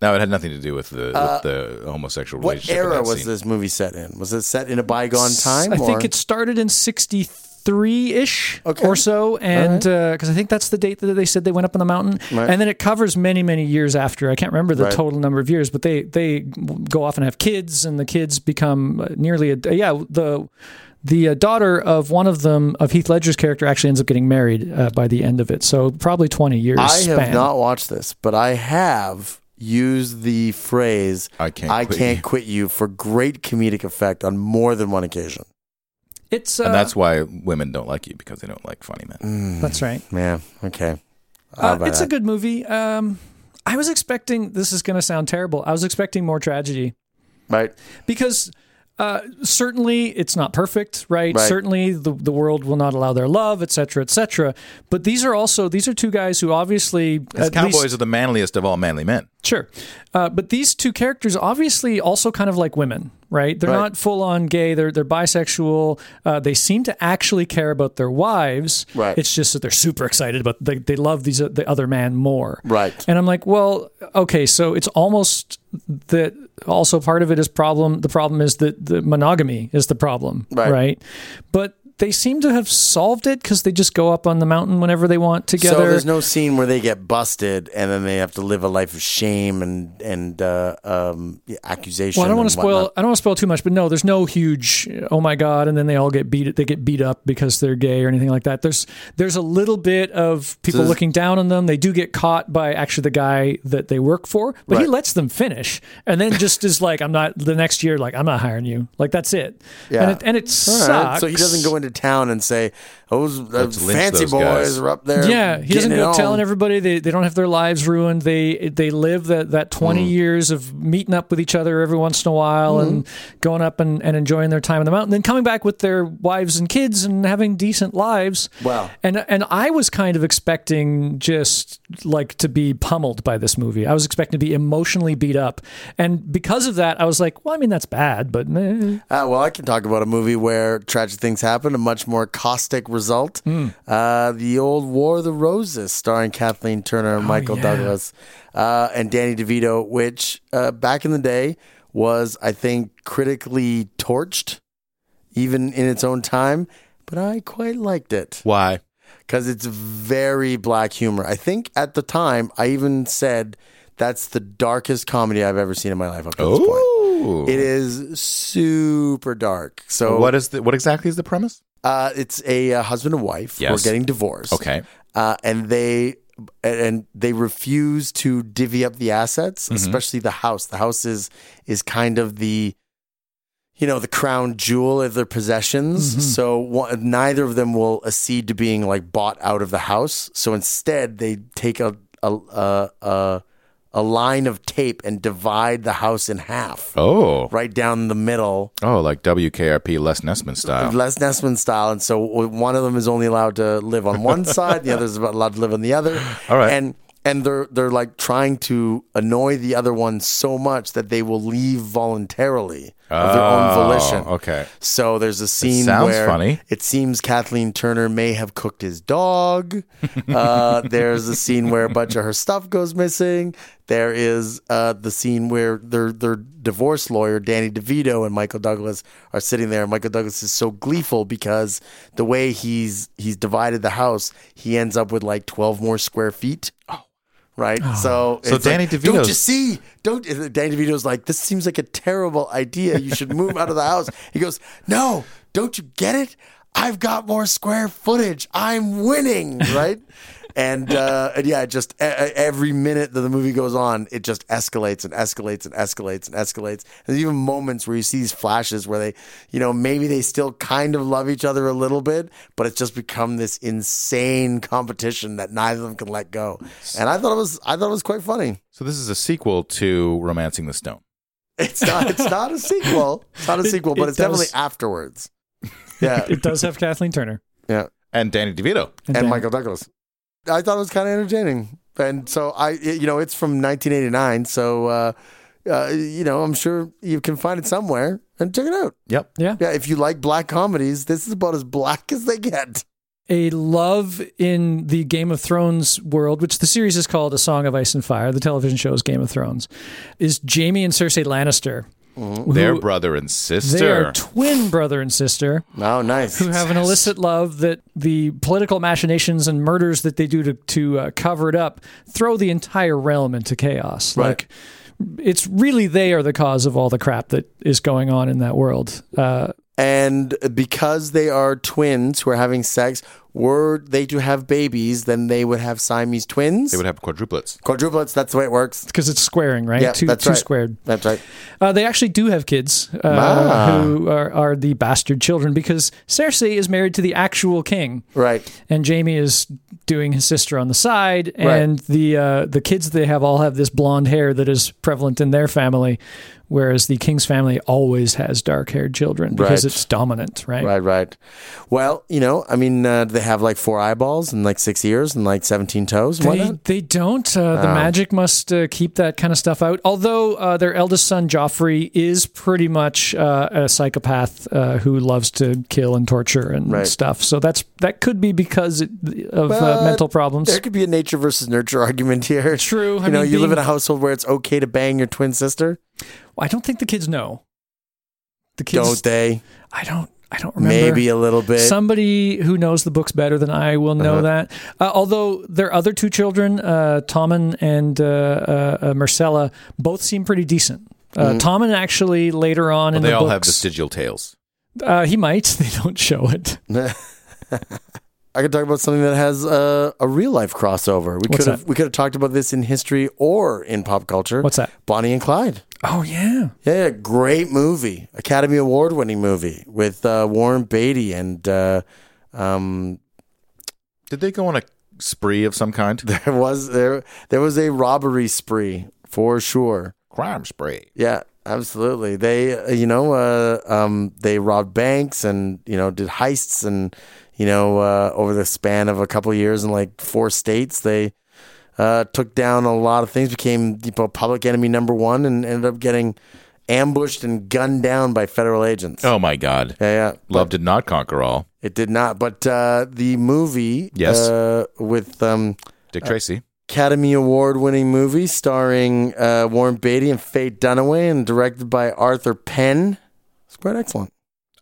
Speaker 3: No, it had nothing to do with the, with the homosexual
Speaker 2: Uh, What
Speaker 3: relationship. in
Speaker 2: era
Speaker 3: that
Speaker 2: was
Speaker 3: scene.
Speaker 2: this movie set in? Was it set in a bygone time?
Speaker 1: I
Speaker 2: or?
Speaker 1: think it started in 63 ish
Speaker 2: Okay.
Speaker 1: or so. And because I think that's the date that they said they went up on the mountain.
Speaker 2: Right.
Speaker 1: And then it covers many, many years after. I can't remember the
Speaker 2: Right.
Speaker 1: total number of years, but they, they go off and have kids, and the kids become uh, nearly a. Yeah, the. The uh, daughter of one of them, of Heath Ledger's character, actually ends up getting married uh, by the end of it. So probably twenty years.
Speaker 2: I have
Speaker 1: span.
Speaker 2: not watched this, but I have used the phrase
Speaker 3: I can't
Speaker 2: I
Speaker 3: quit
Speaker 2: can't
Speaker 3: you."
Speaker 2: quit you for great comedic effect on more than one occasion.
Speaker 1: It's uh,
Speaker 3: and that's why women don't like you because they don't like funny
Speaker 2: Mm.
Speaker 3: men.
Speaker 1: that's right.
Speaker 2: Yeah. Okay. Mm. How
Speaker 1: Uh,
Speaker 2: about
Speaker 1: it's a
Speaker 2: that?
Speaker 1: good movie. Um, I was expecting this is going to sound terrible. I was expecting more tragedy
Speaker 2: right.
Speaker 1: because uh, certainly it's not perfect, right?
Speaker 2: Right.
Speaker 1: Certainly the the world will not allow their love, etc., cetera, etc. Cetera. But these are also these are two guys who obviously
Speaker 3: Because
Speaker 1: at least-
Speaker 3: cowboys are the manliest of all manly men.
Speaker 1: Sure. Uh, but these two characters obviously also kind of like women, right? They're
Speaker 2: Right.
Speaker 1: not full on gay, they're, they're bisexual. Uh, they seem to actually care about their wives.
Speaker 2: Right.
Speaker 1: It's just that they're super excited about they, they love these the other man more.
Speaker 2: Right.
Speaker 1: And I'm like, well, okay, so it's almost that also part of it is problem the problem is that the monogamy is the problem.
Speaker 2: Right.
Speaker 1: right? But they seem to have solved it because they just go up on the mountain whenever they want together.
Speaker 2: So there's no scene where they get busted and then they have to live a life of shame and and uh, um, yeah, accusation.
Speaker 1: Well, I don't want
Speaker 2: and
Speaker 1: to spoil.
Speaker 2: whatnot.
Speaker 1: I don't want to spoil too much, but no, there's no huge. Oh my god! And then they all get beat. They get beat up because they're gay or anything like that. There's there's a little bit of people looking down on them. They do get caught by actually the guy that they work for, but he
Speaker 2: Right.
Speaker 1: lets them finish, and then just is like, I'm not the next year. Like I'm not hiring you. Like that's it.
Speaker 2: Yeah.
Speaker 1: And it, and it
Speaker 2: All
Speaker 1: sucks.
Speaker 2: right. So he doesn't go into town and say, "Those uh,
Speaker 3: Let's lynch
Speaker 2: fancy
Speaker 3: those
Speaker 2: boys
Speaker 3: guys."
Speaker 2: are up there."
Speaker 1: Yeah, he
Speaker 2: getting
Speaker 1: doesn't
Speaker 2: it
Speaker 1: go
Speaker 2: on.
Speaker 1: telling everybody they, they don't have their lives ruined. They they live that, that
Speaker 2: Mm-hmm.
Speaker 1: 20 years of meeting up with each other every once in a while and
Speaker 2: Mm-hmm.
Speaker 1: going up and, and enjoying their time in the mountain, then coming back with their wives and kids and having decent lives.
Speaker 2: Wow.
Speaker 1: And and I was kind of expecting just like to be pummeled by this movie. I was expecting to be emotionally beat up. And because of that, I was like, well, I mean, that's bad, but eh.
Speaker 2: Uh, well, I can talk about a movie where tragic things happen, a much more caustic result. Uh, the old War of the Roses, starring Kathleen Turner and Michael
Speaker 1: yeah.
Speaker 2: Douglas uh, and Danny DeVito, which uh, back in the day was, I think, critically torched, even in its own time. But I quite liked it
Speaker 3: Why?
Speaker 2: because it's very black humor. I think at the time, I even said that's the darkest comedy I've ever seen in my life up to this point.
Speaker 3: Oh,
Speaker 2: It is oh. super dark. So
Speaker 3: What is the what exactly is the premise?
Speaker 2: Uh, it's a uh, husband and wife. who are
Speaker 3: Yes.
Speaker 2: getting divorced.
Speaker 3: Okay.
Speaker 2: Uh, and they and they refuse to divvy up the assets,
Speaker 3: Mm-hmm.
Speaker 2: especially the house. The house is is kind of the you know the crown jewel of their possessions.
Speaker 3: Mm-hmm.
Speaker 2: So one, neither of them will accede to being like bought out of the house. So instead, they take a a a, a, a line of tape and divide the house in half,
Speaker 3: Oh,
Speaker 2: right down the middle.
Speaker 3: oh, like WKRP Les Nessman style.
Speaker 2: Les Nessman style, and so one of them is only allowed to live on one side, the other is allowed to live on the other.
Speaker 3: All right.
Speaker 2: and and they're they're like trying to annoy the other one so much that they will leave voluntarily of their own
Speaker 3: Oh,
Speaker 2: volition.
Speaker 3: okay.
Speaker 2: So there's a scene
Speaker 3: sounds
Speaker 2: where
Speaker 3: funny.
Speaker 2: it seems Kathleen Turner may have cooked his dog. Uh, there's a scene where a bunch of her stuff goes missing. There is uh, the scene where their their divorce lawyer Danny DeVito and Michael Douglas are sitting there. Michael Douglas is so gleeful because the way he's he's divided the house, he ends up with like 12 more square feet. Right, so
Speaker 3: Oh. So
Speaker 2: it's like,
Speaker 3: Danny
Speaker 2: Don't you
Speaker 3: DeVito's-
Speaker 2: see? Don't Danny DeVito's like this seems like a terrible idea. You should move out of the house. He goes, no, don't you get it? I've got more square footage. I'm winning, right? and, uh, and yeah, it just e- e- every minute that the movie goes on, it just escalates and escalates and escalates and escalates. There's even moments where you see these flashes where they, you know, maybe they still kind of love each other a little bit, but it's just become this insane competition that neither of them can let go. And I thought it was, I thought it was quite funny.
Speaker 3: So this is a sequel to Romancing the Stone.
Speaker 2: It's not. It's not a sequel. It's not a
Speaker 1: It-
Speaker 2: sequel, but
Speaker 1: it
Speaker 2: it's
Speaker 1: does-
Speaker 2: definitely afterwards. Yeah,
Speaker 1: it does have Kathleen Turner.
Speaker 2: yeah,
Speaker 3: And Danny DeVito.
Speaker 2: and
Speaker 1: Dan-
Speaker 2: Michael Douglas. I thought it was kind of entertaining, and so I, it- you know, it's from 1989, so uh, uh, you know, I'm sure you can find it somewhere and check it out.
Speaker 3: Yep.
Speaker 1: Yeah.
Speaker 2: Yeah, if you like black comedies, this is about as black as they get.
Speaker 1: a love in the Game of Thrones world, which the series is called A Song of Ice and Fire, the television show is Game of Thrones, is Jamie and Cersei Lannister.
Speaker 2: Mm-hmm.
Speaker 1: who-
Speaker 3: Their brother and
Speaker 1: they
Speaker 3: sister.
Speaker 1: are twin brother and sister
Speaker 2: Oh, nice.
Speaker 1: who have an illicit love that the political machinations and murders that they do to, to uh, cover it up throw the entire realm into chaos.
Speaker 2: Right.
Speaker 1: Like, it's really they are the cause of all the crap that is going on in that world. Uh,
Speaker 2: And because they are twins who are having sex, were they to have babies, then they would have Siamese twins.
Speaker 3: they would have quadruplets.
Speaker 2: quadruplets. That's the way it works.
Speaker 1: because it's squaring, right?
Speaker 2: Yeah,
Speaker 1: two
Speaker 2: that's
Speaker 1: two
Speaker 2: right.
Speaker 1: squared.
Speaker 2: That's right.
Speaker 1: Uh, they actually do have kids uh,
Speaker 2: Ah.
Speaker 1: who are, are the bastard children because Cersei is married to the actual king,
Speaker 2: Right.
Speaker 1: and Jamie is doing his sister on the side,
Speaker 2: Right.
Speaker 1: and the uh, the kids they have all have this blonde hair that is prevalent in their family, whereas the king's family always has dark haired children because
Speaker 2: Right.
Speaker 1: it's dominant, right?
Speaker 2: Right, right. Well, you know, I mean, uh, do they have like four eyeballs and like six ears and like 17 toes and
Speaker 1: They,
Speaker 2: whatnot?
Speaker 1: they don't. Uh, the magic must uh, keep that kind of stuff out. Although uh, their eldest son Joffrey is pretty much uh, a psychopath uh, who loves to kill and torture and
Speaker 2: Right.
Speaker 1: stuff. So that's that could be because it, of uh,
Speaker 2: But
Speaker 1: mental problems.
Speaker 2: There could be a nature versus nurture argument here.
Speaker 1: True. I
Speaker 2: You know,
Speaker 1: mean,
Speaker 2: you live
Speaker 1: being-
Speaker 2: in a household where it's okay to bang your twin sister,
Speaker 1: I don't think the kids know. The kids.
Speaker 2: don't they?
Speaker 1: I don't. I don't remember.
Speaker 2: Maybe a little bit.
Speaker 1: Somebody who knows the books better than I will know that. Uh, although their other two children, uh, Tommen and uh, uh, uh, Marcella, both seem pretty decent. Uh, Tommen actually later on
Speaker 3: Well,
Speaker 1: in
Speaker 3: they
Speaker 1: the
Speaker 3: all have
Speaker 1: books,
Speaker 3: vestigial tails.
Speaker 1: uh, he might. They don't show it.
Speaker 2: I could talk about something that has a, a real life crossover. We
Speaker 1: What's
Speaker 2: could have
Speaker 1: that?
Speaker 2: we could have talked about this in history or in pop culture.
Speaker 1: What's that?
Speaker 2: Bonnie and Clyde.
Speaker 1: Oh yeah.
Speaker 2: Yeah, yeah, great movie, Academy Award winning movie with uh, Warren Beatty and uh, um,
Speaker 3: Did they go on a spree of some kind?
Speaker 2: there was there there was a robbery spree for sure.
Speaker 3: Crime spree.
Speaker 2: Yeah, absolutely. They uh, you know uh, um, they robbed banks and you know did heists and you know uh, over the span of a couple of years in like four states they uh, took down a lot of things. Became you know, public enemy number one and ended up getting ambushed and gunned down by federal agents.
Speaker 3: Oh my God.
Speaker 2: Yeah, yeah.
Speaker 3: Love did not conquer all.
Speaker 2: It did not, but uh, the movie,
Speaker 3: Yes.
Speaker 2: uh, with um,
Speaker 1: Uh,
Speaker 3: Dick Tracy.
Speaker 2: Academy Award winning movie starring uh, Warren Beatty and Faye Dunaway, and directed by Arthur Penn. It's quite excellent.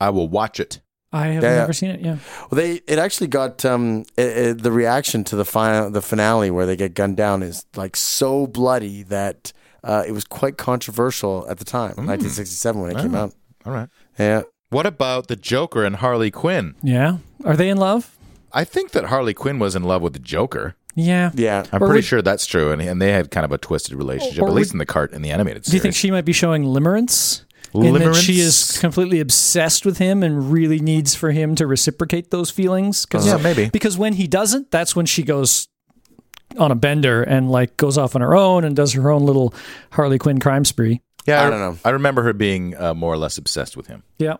Speaker 3: I will watch it.
Speaker 1: I have
Speaker 2: Yeah, yeah.
Speaker 1: never seen it. Yeah.
Speaker 2: Well, they it actually got um i i the reaction to the final the finale where they get gunned down is like so bloody that uh, it was quite controversial at the time, 1967 when it came out.
Speaker 3: All right.
Speaker 2: Yeah.
Speaker 3: What about the Joker and Harley Quinn?
Speaker 1: Yeah. Are they in love?
Speaker 3: I think that Harley Quinn was in love with the Joker.
Speaker 1: Yeah.
Speaker 2: Yeah,
Speaker 3: I'm
Speaker 1: Or
Speaker 3: pretty
Speaker 1: would-
Speaker 3: sure that's true, and, and they had kind of a twisted relationship,
Speaker 1: Or
Speaker 3: at least
Speaker 1: would-
Speaker 3: in the cart in the animated series.
Speaker 1: Do you think she might be showing limerence? And that she
Speaker 3: Limerence?
Speaker 1: is completely obsessed with him and really needs for him to reciprocate those feelings. 'Cause-
Speaker 3: Yeah, maybe.
Speaker 1: Because when he doesn't, that's when she goes on a bender and like goes off on her own and does her own little Harley Quinn crime spree.
Speaker 3: Yeah,
Speaker 2: I
Speaker 3: re-
Speaker 2: don't know.
Speaker 3: I remember her being uh, more or less obsessed with him.
Speaker 1: Yeah.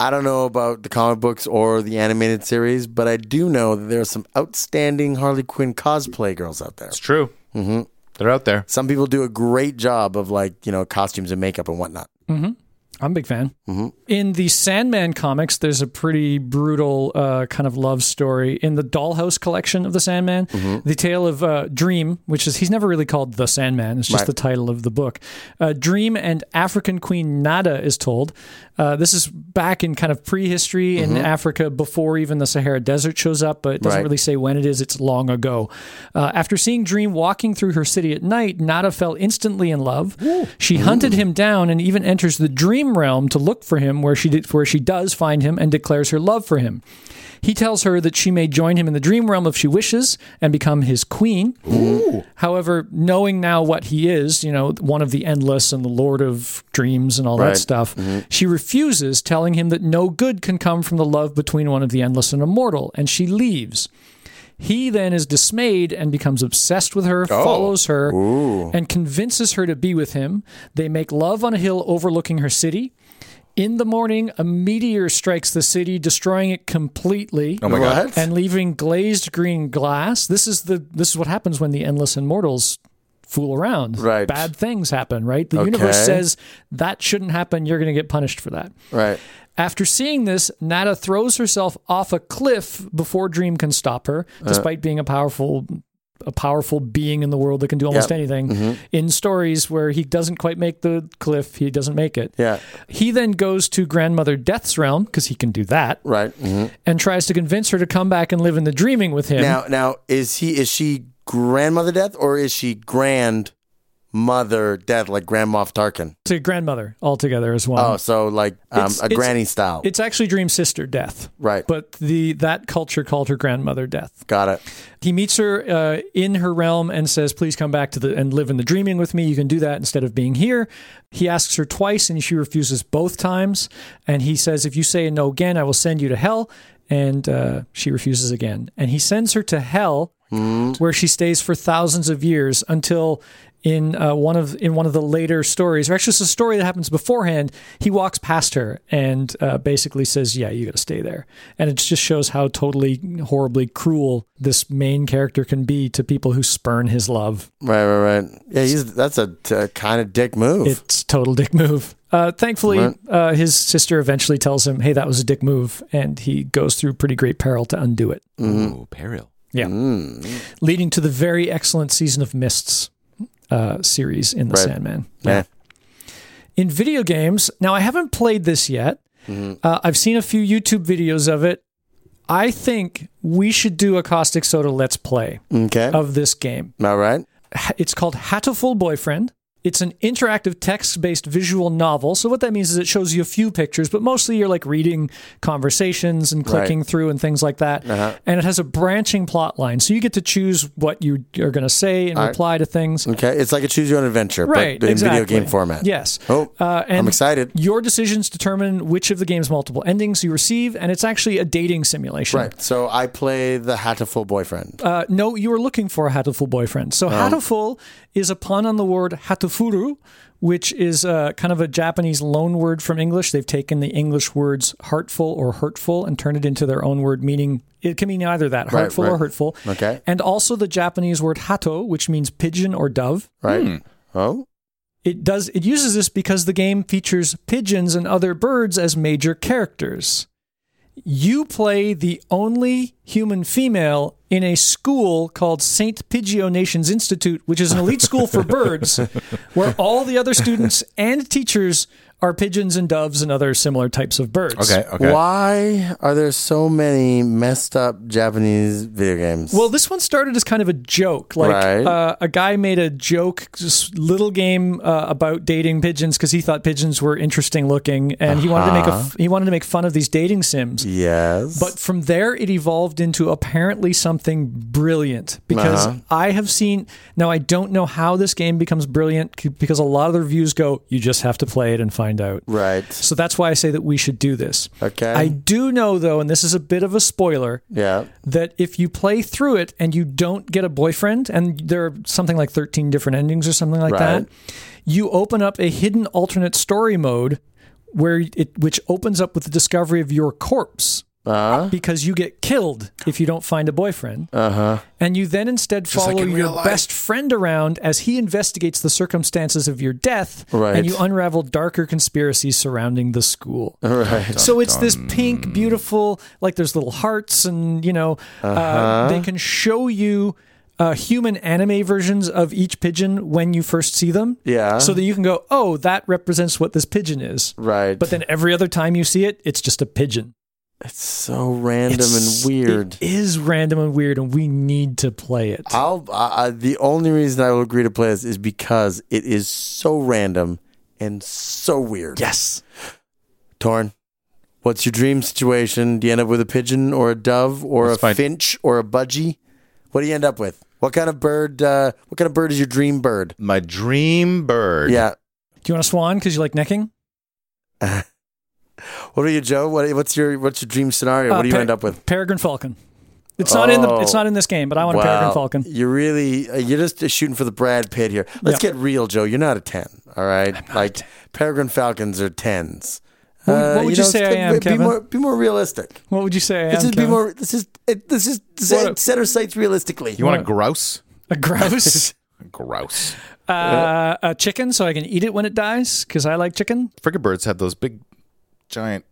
Speaker 2: I don't know about the comic books or the animated series, but I do know that there are some outstanding Harley Quinn cosplay girls out there.
Speaker 3: It's true. Mm-hmm. They're out there.
Speaker 2: Some people do a great job of like, you know, costumes and makeup and whatnot.
Speaker 1: I'm a big fan.
Speaker 2: Mm-hmm.
Speaker 1: In the Sandman comics, there's a pretty brutal uh, kind of love story in the Dollhouse collection of the Sandman.
Speaker 2: Mm-hmm.
Speaker 1: The tale of uh, Dream, which is he's never really called the Sandman, it's just
Speaker 2: Right.
Speaker 1: the title of the book. Uh, Dream and African Queen Nada is told. Uh, this is back in kind of prehistory in Africa before even the Sahara Desert shows up, but it doesn't
Speaker 2: Mm-hmm. Right.
Speaker 1: really say when it is. It's long ago. Uh, after seeing Dream walking through her city at night, Nada fell instantly in love. She hunted him down and even enters the dream realm to look for him, where she did, where she does find him and declares her love for him. He tells her that she may join him in the dream realm if she wishes and become his queen. However, knowing now what he is, you know, one of the endless and the lord of dreams and all
Speaker 2: Right.
Speaker 1: that stuff, she refuses, telling him that no good can come from the love between one of the endless and immortal, and she leaves. He then is dismayed and becomes obsessed with her, follows her, and convinces her to be with him. They make love on a hill overlooking her city. In the morning, a meteor strikes the city, destroying it completely
Speaker 3: Oh my God.
Speaker 2: What?
Speaker 1: and leaving glazed green glass. This is the this is what happens when the endless immortals fool around.
Speaker 2: Right.
Speaker 1: Bad things happen, right? The universe
Speaker 2: Okay.
Speaker 1: says that shouldn't happen. You're going to get punished for that.
Speaker 2: right.
Speaker 1: After seeing this, Nada throws herself off a cliff before Dream can stop her,
Speaker 3: Uh.
Speaker 1: despite being a powerful a powerful being in the world that can do almost
Speaker 2: Yep.
Speaker 1: anything.
Speaker 3: Mm-hmm.
Speaker 1: In stories where he doesn't quite make the cliff, he doesn't make it.
Speaker 2: Yeah.
Speaker 1: He then goes to Grandmother Death's realm because he can do that
Speaker 2: Right. hmm
Speaker 1: and tries to convince her to come back and live in the dreaming with him.
Speaker 2: Now now is he is she grandmother death or is she grandmother death like Grand Moff Tarkin?
Speaker 1: to grandmother altogether as well.
Speaker 2: Oh, so like um,
Speaker 1: It's-
Speaker 2: a
Speaker 1: it's-
Speaker 2: granny style.
Speaker 1: It's actually Dream's sister Death,
Speaker 2: right.
Speaker 1: but the that culture called her grandmother Death.
Speaker 2: Got it.
Speaker 1: He meets her uh, in her realm and says, "Please come back to the and live in the dreaming with me. You can do that instead of being here." He asks her twice, and she refuses both times. And he says, "If you say no again, I will send you to hell." And uh, she refuses again, and he sends her to hell, where she stays for thousands of years until in uh, one of in one of the later stories, or actually it's a story that happens beforehand. He walks past her and uh, basically says, "Yeah, you got to stay there." And it just shows how totally horribly cruel this main character can be to people who spurn his love.
Speaker 2: Right, right, right. Yeah, he's that's a uh, kind of dick move.
Speaker 1: It's total dick move. Uh, thankfully, uh, his sister eventually tells him, "Hey, that was a dick move," and he goes through pretty great peril to undo it.
Speaker 3: Ooh, peril.
Speaker 1: Yeah.
Speaker 2: Hmm.
Speaker 1: Leading to the very excellent Season of Mists uh, series in The
Speaker 2: Right.
Speaker 1: Sandman.
Speaker 2: yeah.
Speaker 1: In video games, now I haven't played this yet.
Speaker 2: Mm-hmm.
Speaker 1: Uh, I've seen a few YouTube videos of it. I think we should do a Caustic Soda Let's Play
Speaker 2: Okay.
Speaker 1: of this game.
Speaker 2: All right.
Speaker 1: H- It's called Hatoful Boyfriend. It's an interactive text based visual novel. So, what that means is it shows you a few pictures, but mostly you're like reading conversations and clicking
Speaker 2: Right. Uh-huh.
Speaker 1: through and things like that. And it has a branching plot line. So, you get to choose what you are going to say and reply to things.
Speaker 2: Okay, it's like a choose your own adventure,
Speaker 1: Right,
Speaker 2: but in
Speaker 1: exactly.
Speaker 2: video game format.
Speaker 1: Yes.
Speaker 2: Oh,
Speaker 1: Uh, and
Speaker 2: I'm excited.
Speaker 1: Your decisions determine which of the game's multiple endings you receive, and it's actually a dating simulation.
Speaker 2: Right. So I play the Hatful boyfriend.
Speaker 1: Uh, no, you were looking for a hatoful boyfriend.
Speaker 2: Oh.
Speaker 1: So hatoful is a pun on the word hatofuru, which is uh, kind of a Japanese loan word from English. They've taken the English words heartful or hurtful and turned it into their own word, meaning it can mean either that, heartful or
Speaker 2: right.
Speaker 1: hurtful.
Speaker 2: Okay.
Speaker 1: And also the Japanese word hato, which means pigeon or dove.
Speaker 2: right. Oh.
Speaker 1: It does it uses this because the game features pigeons and other birds as major characters. You play the only human female in a school called St. Pigio Nations Institute, which is an elite school for birds, where all the other students and teachers are pigeons and doves and other similar types of birds.
Speaker 3: Okay. Okay.
Speaker 2: Why are there so many messed up Japanese video games?
Speaker 1: Well, this one started as kind of a joke. Like
Speaker 2: Right.
Speaker 1: uh, a guy made a joke, just little game uh, about dating pigeons because he thought pigeons were interesting looking, and he wanted to make a f- he wanted to make fun of these dating sims.
Speaker 2: Uh-huh. yes.
Speaker 1: But from there, it evolved into apparently something brilliant because
Speaker 2: Uh-huh.
Speaker 1: I have seen. Now, I don't know how this game becomes brilliant c- because a lot of the reviews go, you just have to play it and find out.
Speaker 2: right.
Speaker 1: So that's why I say that we should do this.
Speaker 2: Okay.
Speaker 1: I do know, though, and this is a bit of a spoiler,
Speaker 2: Yeah.
Speaker 1: that if you play through it and you don't get a boyfriend, and there are something like 13 different endings or something like that,
Speaker 2: Right.
Speaker 1: you open up a hidden alternate story mode where it which opens up with the discovery of your corpse
Speaker 2: Uh
Speaker 1: because you get killed if you don't find a boyfriend.
Speaker 2: huh.
Speaker 1: And you then instead follow
Speaker 2: in
Speaker 1: your
Speaker 2: real life.
Speaker 1: best friend around as he investigates the circumstances of your death
Speaker 2: Right.
Speaker 1: and you unravel darker conspiracies surrounding the school.
Speaker 2: Right.
Speaker 1: So it's this pink, beautiful, like there's little hearts, and you know, uh
Speaker 2: Uh-huh.
Speaker 1: they can show you uh, human anime versions of each pigeon when you first see them.
Speaker 2: Yeah.
Speaker 1: So that you can go, oh, that represents what this pigeon is.
Speaker 2: Right.
Speaker 1: But then every other time you see it, it's just a pigeon.
Speaker 2: it's so random
Speaker 1: It's-
Speaker 2: and weird.
Speaker 1: It is random and weird, and we need to play it.
Speaker 2: I'll. I, I, the only reason I will agree to play this is because it is so random and so weird.
Speaker 1: yes.
Speaker 2: Torn, what's your dream situation? Do you end up with a pigeon or a dove or
Speaker 3: Let's
Speaker 2: a
Speaker 3: find-
Speaker 2: finch or a budgie? What do you end up with? What kind of bird? Uh, what kind of bird is your dream bird?
Speaker 3: My dream bird.
Speaker 2: Yeah.
Speaker 1: Do you want a swan because you like necking?
Speaker 2: What are you, Joe? What, what's your What's your dream scenario?
Speaker 1: Uh,
Speaker 2: what do you
Speaker 1: pe-
Speaker 2: end up with?
Speaker 1: Peregrine falcon. It's not in the.
Speaker 2: Oh.
Speaker 1: It's not in this game, but I want a peregrine falcon.
Speaker 2: You're really uh, you're just shooting for the Brad Pitt here. Let's get real, Joe. You're not a ten, all right? like peregrine falcons are tens. Uh,
Speaker 1: What would- what would you say I
Speaker 2: it's-
Speaker 1: am,
Speaker 2: be
Speaker 1: Kevin?
Speaker 2: More, be more realistic.
Speaker 1: What would you say? I am,
Speaker 2: Let's just be
Speaker 1: Kevin?
Speaker 2: more. This is this is
Speaker 1: a-
Speaker 2: set, set our sights realistically.
Speaker 3: You want a grouse?
Speaker 1: a grouse.
Speaker 3: Grouse.
Speaker 1: uh, a chicken so I can eat it when it dies because I like chicken.
Speaker 3: Frigate birds have those big, giant,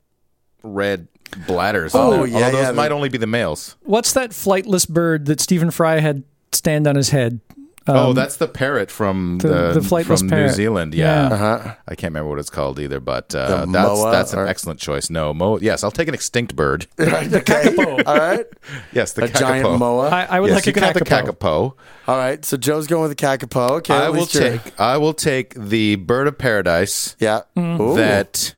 Speaker 3: red bladders.
Speaker 2: Oh,
Speaker 3: on there.
Speaker 2: yeah,
Speaker 3: Although those
Speaker 2: yeah,
Speaker 3: might
Speaker 2: the-
Speaker 3: only be the males.
Speaker 1: What's that flightless bird that Stephen Fry had stand on his head?
Speaker 2: Um,
Speaker 3: oh, that's the parrot from
Speaker 1: the-
Speaker 3: the,
Speaker 1: the flightless
Speaker 3: from
Speaker 1: parrot.
Speaker 3: New Zealand. Yeah,
Speaker 1: Yeah.
Speaker 2: Uh-huh.
Speaker 3: I can't remember what it's called either, but uh,
Speaker 2: The
Speaker 3: that's
Speaker 2: moa
Speaker 3: that's an
Speaker 2: or-
Speaker 3: excellent choice. No, mo. Yes, I'll take an extinct bird.
Speaker 2: the kakapo. All right.
Speaker 3: Yes, the
Speaker 2: A giant
Speaker 3: kakapo.
Speaker 2: moa.
Speaker 1: I, I would
Speaker 3: yes,
Speaker 1: like
Speaker 3: you
Speaker 1: a
Speaker 3: got the
Speaker 1: kakapo.
Speaker 3: kakapo.
Speaker 2: All right. So Joe's going with the kakapo. Okay.
Speaker 3: I
Speaker 2: at
Speaker 3: will
Speaker 2: least you're-
Speaker 3: take. I will take the bird of paradise
Speaker 2: Yeah.
Speaker 1: Mm.
Speaker 2: Ooh.
Speaker 3: that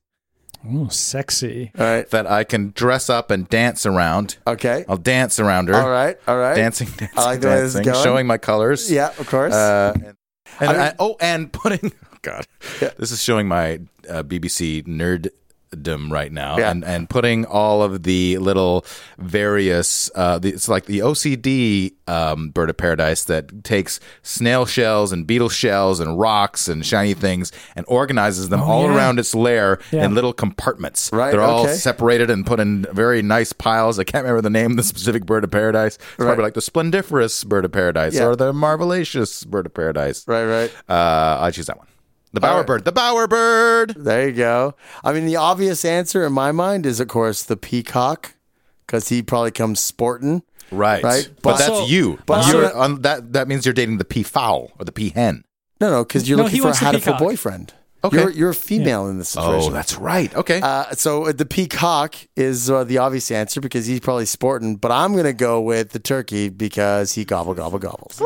Speaker 1: Ooh, sexy.
Speaker 2: All right.
Speaker 3: that I can dress up and dance around.
Speaker 2: Okay.
Speaker 3: I'll dance around her.
Speaker 2: All right. All right.
Speaker 3: Dancing, dancing,
Speaker 2: I like the way this is
Speaker 3: dancing,
Speaker 2: going.
Speaker 3: showing my colors.
Speaker 2: Yeah. Of course.
Speaker 3: Uh, and and
Speaker 2: I-
Speaker 3: I, oh, and putting oh God, this is showing my uh, BBC nerddom right now,
Speaker 2: Yeah.
Speaker 3: and and putting all of the little various, uh, the, it's like the OCD um, bird of paradise that takes snail shells and beetle shells and rocks and shiny things and organizes them all
Speaker 1: yeah.
Speaker 3: around its lair
Speaker 1: Yeah.
Speaker 3: in little compartments.
Speaker 2: Oh, Right,
Speaker 3: they're all
Speaker 2: okay.
Speaker 3: separated and put in very nice piles. I can't remember the name of the specific bird of paradise. It's probably like the splendiferous bird of paradise
Speaker 2: Yeah.
Speaker 3: or the marvelacious bird of paradise.
Speaker 2: right. Right.
Speaker 3: Uh, I choose that one. The bowerbird. bird. The bowerbird.
Speaker 2: There you go. I mean, the obvious answer in my mind is, of course, the peacock, because he probably comes sporting.
Speaker 3: Right.
Speaker 2: Right.
Speaker 3: But,
Speaker 2: But-
Speaker 3: that's
Speaker 1: So-
Speaker 3: you.
Speaker 2: but-
Speaker 3: you're
Speaker 2: so-
Speaker 3: on that. That means you're dating the pea fowl or the pea hen.
Speaker 2: No, no, because you're
Speaker 1: No, he
Speaker 2: looking for a
Speaker 1: wants the
Speaker 2: hatful
Speaker 1: peacock.
Speaker 2: boyfriend.
Speaker 3: Okay.
Speaker 2: You're, you're a female in this situation.
Speaker 3: that's right. Okay.
Speaker 2: Uh, so uh, the peacock is uh, the obvious answer because he's probably sporting, but I'm going to go with the turkey because he gobble, gobble, gobbles.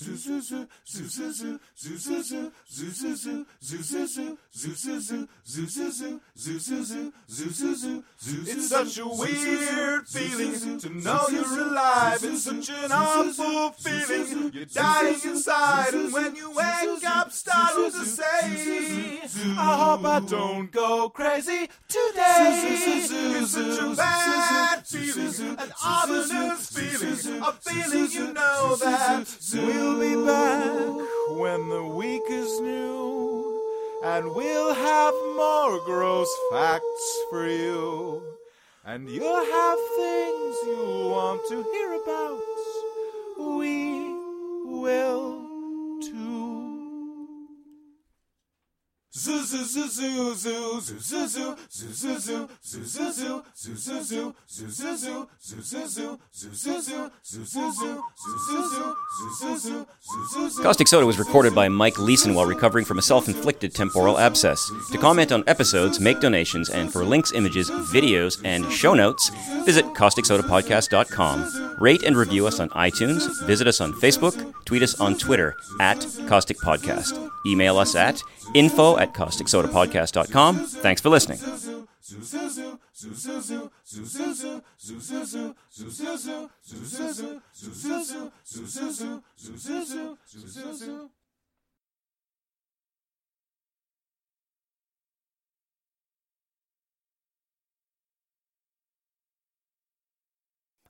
Speaker 3: zoo zoo zoo zoo zoo zoo zoo zoo zoo zoo zoo zoo zoo zoo zoo zoo zoo zoo zoo zoo zoo zoo zoo zoo zoo zoo zoo
Speaker 4: It's such a weird feeling to know you're alive. It's such an awful feeling. You're dying inside, and when you wake up, startled to say, I hope I don't go crazy today. It's such a bad feeling, an ominous feeling, a feeling you know that we'll be back when the week is new and we'll have more gross facts for you. And you'll have things you'll want to hear about. We will too. Zoo zoo zoo zoo zoo zoo zoo zoo zoo zoo zoo zoo zoo zoo zoo zoo zoo zoo zoo zoo zoo zoo zoo zoo zoo zoo zoo zoo zoo zoo zoo zoo zoo zoo
Speaker 5: Caustic Soda was recorded by Mike Leeson while recovering from a self inflicted temporal abscess. To comment on episodes, make donations, and for links, images, videos, and show notes, visit causticsodapodcast.com. Rate and review us on iTunes, visit us on Facebook, tweet us on Twitter at Caustic Podcast. Email us at info at causticsodapodcast.com. Thanks for listening.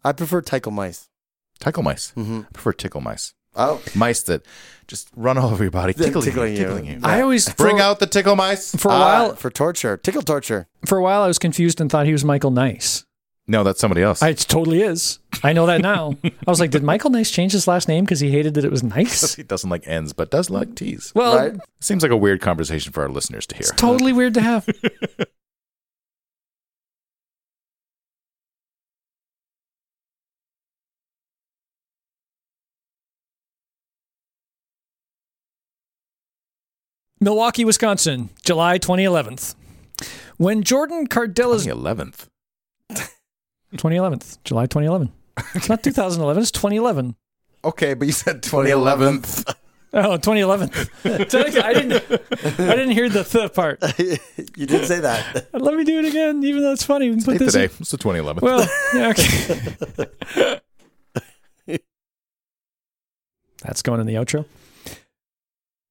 Speaker 2: I prefer tickle mice.
Speaker 3: Tickle mice.
Speaker 2: Mm-hmm.
Speaker 3: I prefer tickle mice.
Speaker 2: Oh,
Speaker 3: Mice that just run all over your body,
Speaker 2: They're
Speaker 3: tickling,
Speaker 2: tickling
Speaker 3: you,
Speaker 2: you.
Speaker 3: tickling you.
Speaker 1: I always
Speaker 3: Bring
Speaker 1: for,
Speaker 3: out the tickle mice. Uh,
Speaker 1: for a
Speaker 2: ah,
Speaker 1: while.
Speaker 2: for torture, tickle torture.
Speaker 1: For a while, I was confused and thought he was Michael Nice.
Speaker 3: No, that's somebody else.
Speaker 1: I, it totally is. I know that now. I was like, did Michael Nice change his last name because he hated that it was Nice?
Speaker 3: he doesn't like ends, but does like T's.
Speaker 1: Well,
Speaker 2: Right?
Speaker 3: Seems like a weird conversation for our listeners to hear.
Speaker 1: it's totally weird to have. Milwaukee, Wisconsin, July 2011th. When Jordan Cardella's
Speaker 3: the 11th.
Speaker 1: 2011th, July 2011. It's not 2011, it's 2011.
Speaker 3: Okay, but you said
Speaker 2: 2011th.
Speaker 1: Oh, 2011. Technically, I didn't I didn't hear the th part.
Speaker 2: you did say that.
Speaker 1: Let me do it again, even though it's funny. but this
Speaker 3: today.
Speaker 1: is-
Speaker 3: It's the 2011th.
Speaker 1: well, yeah, okay. That's going in the outro.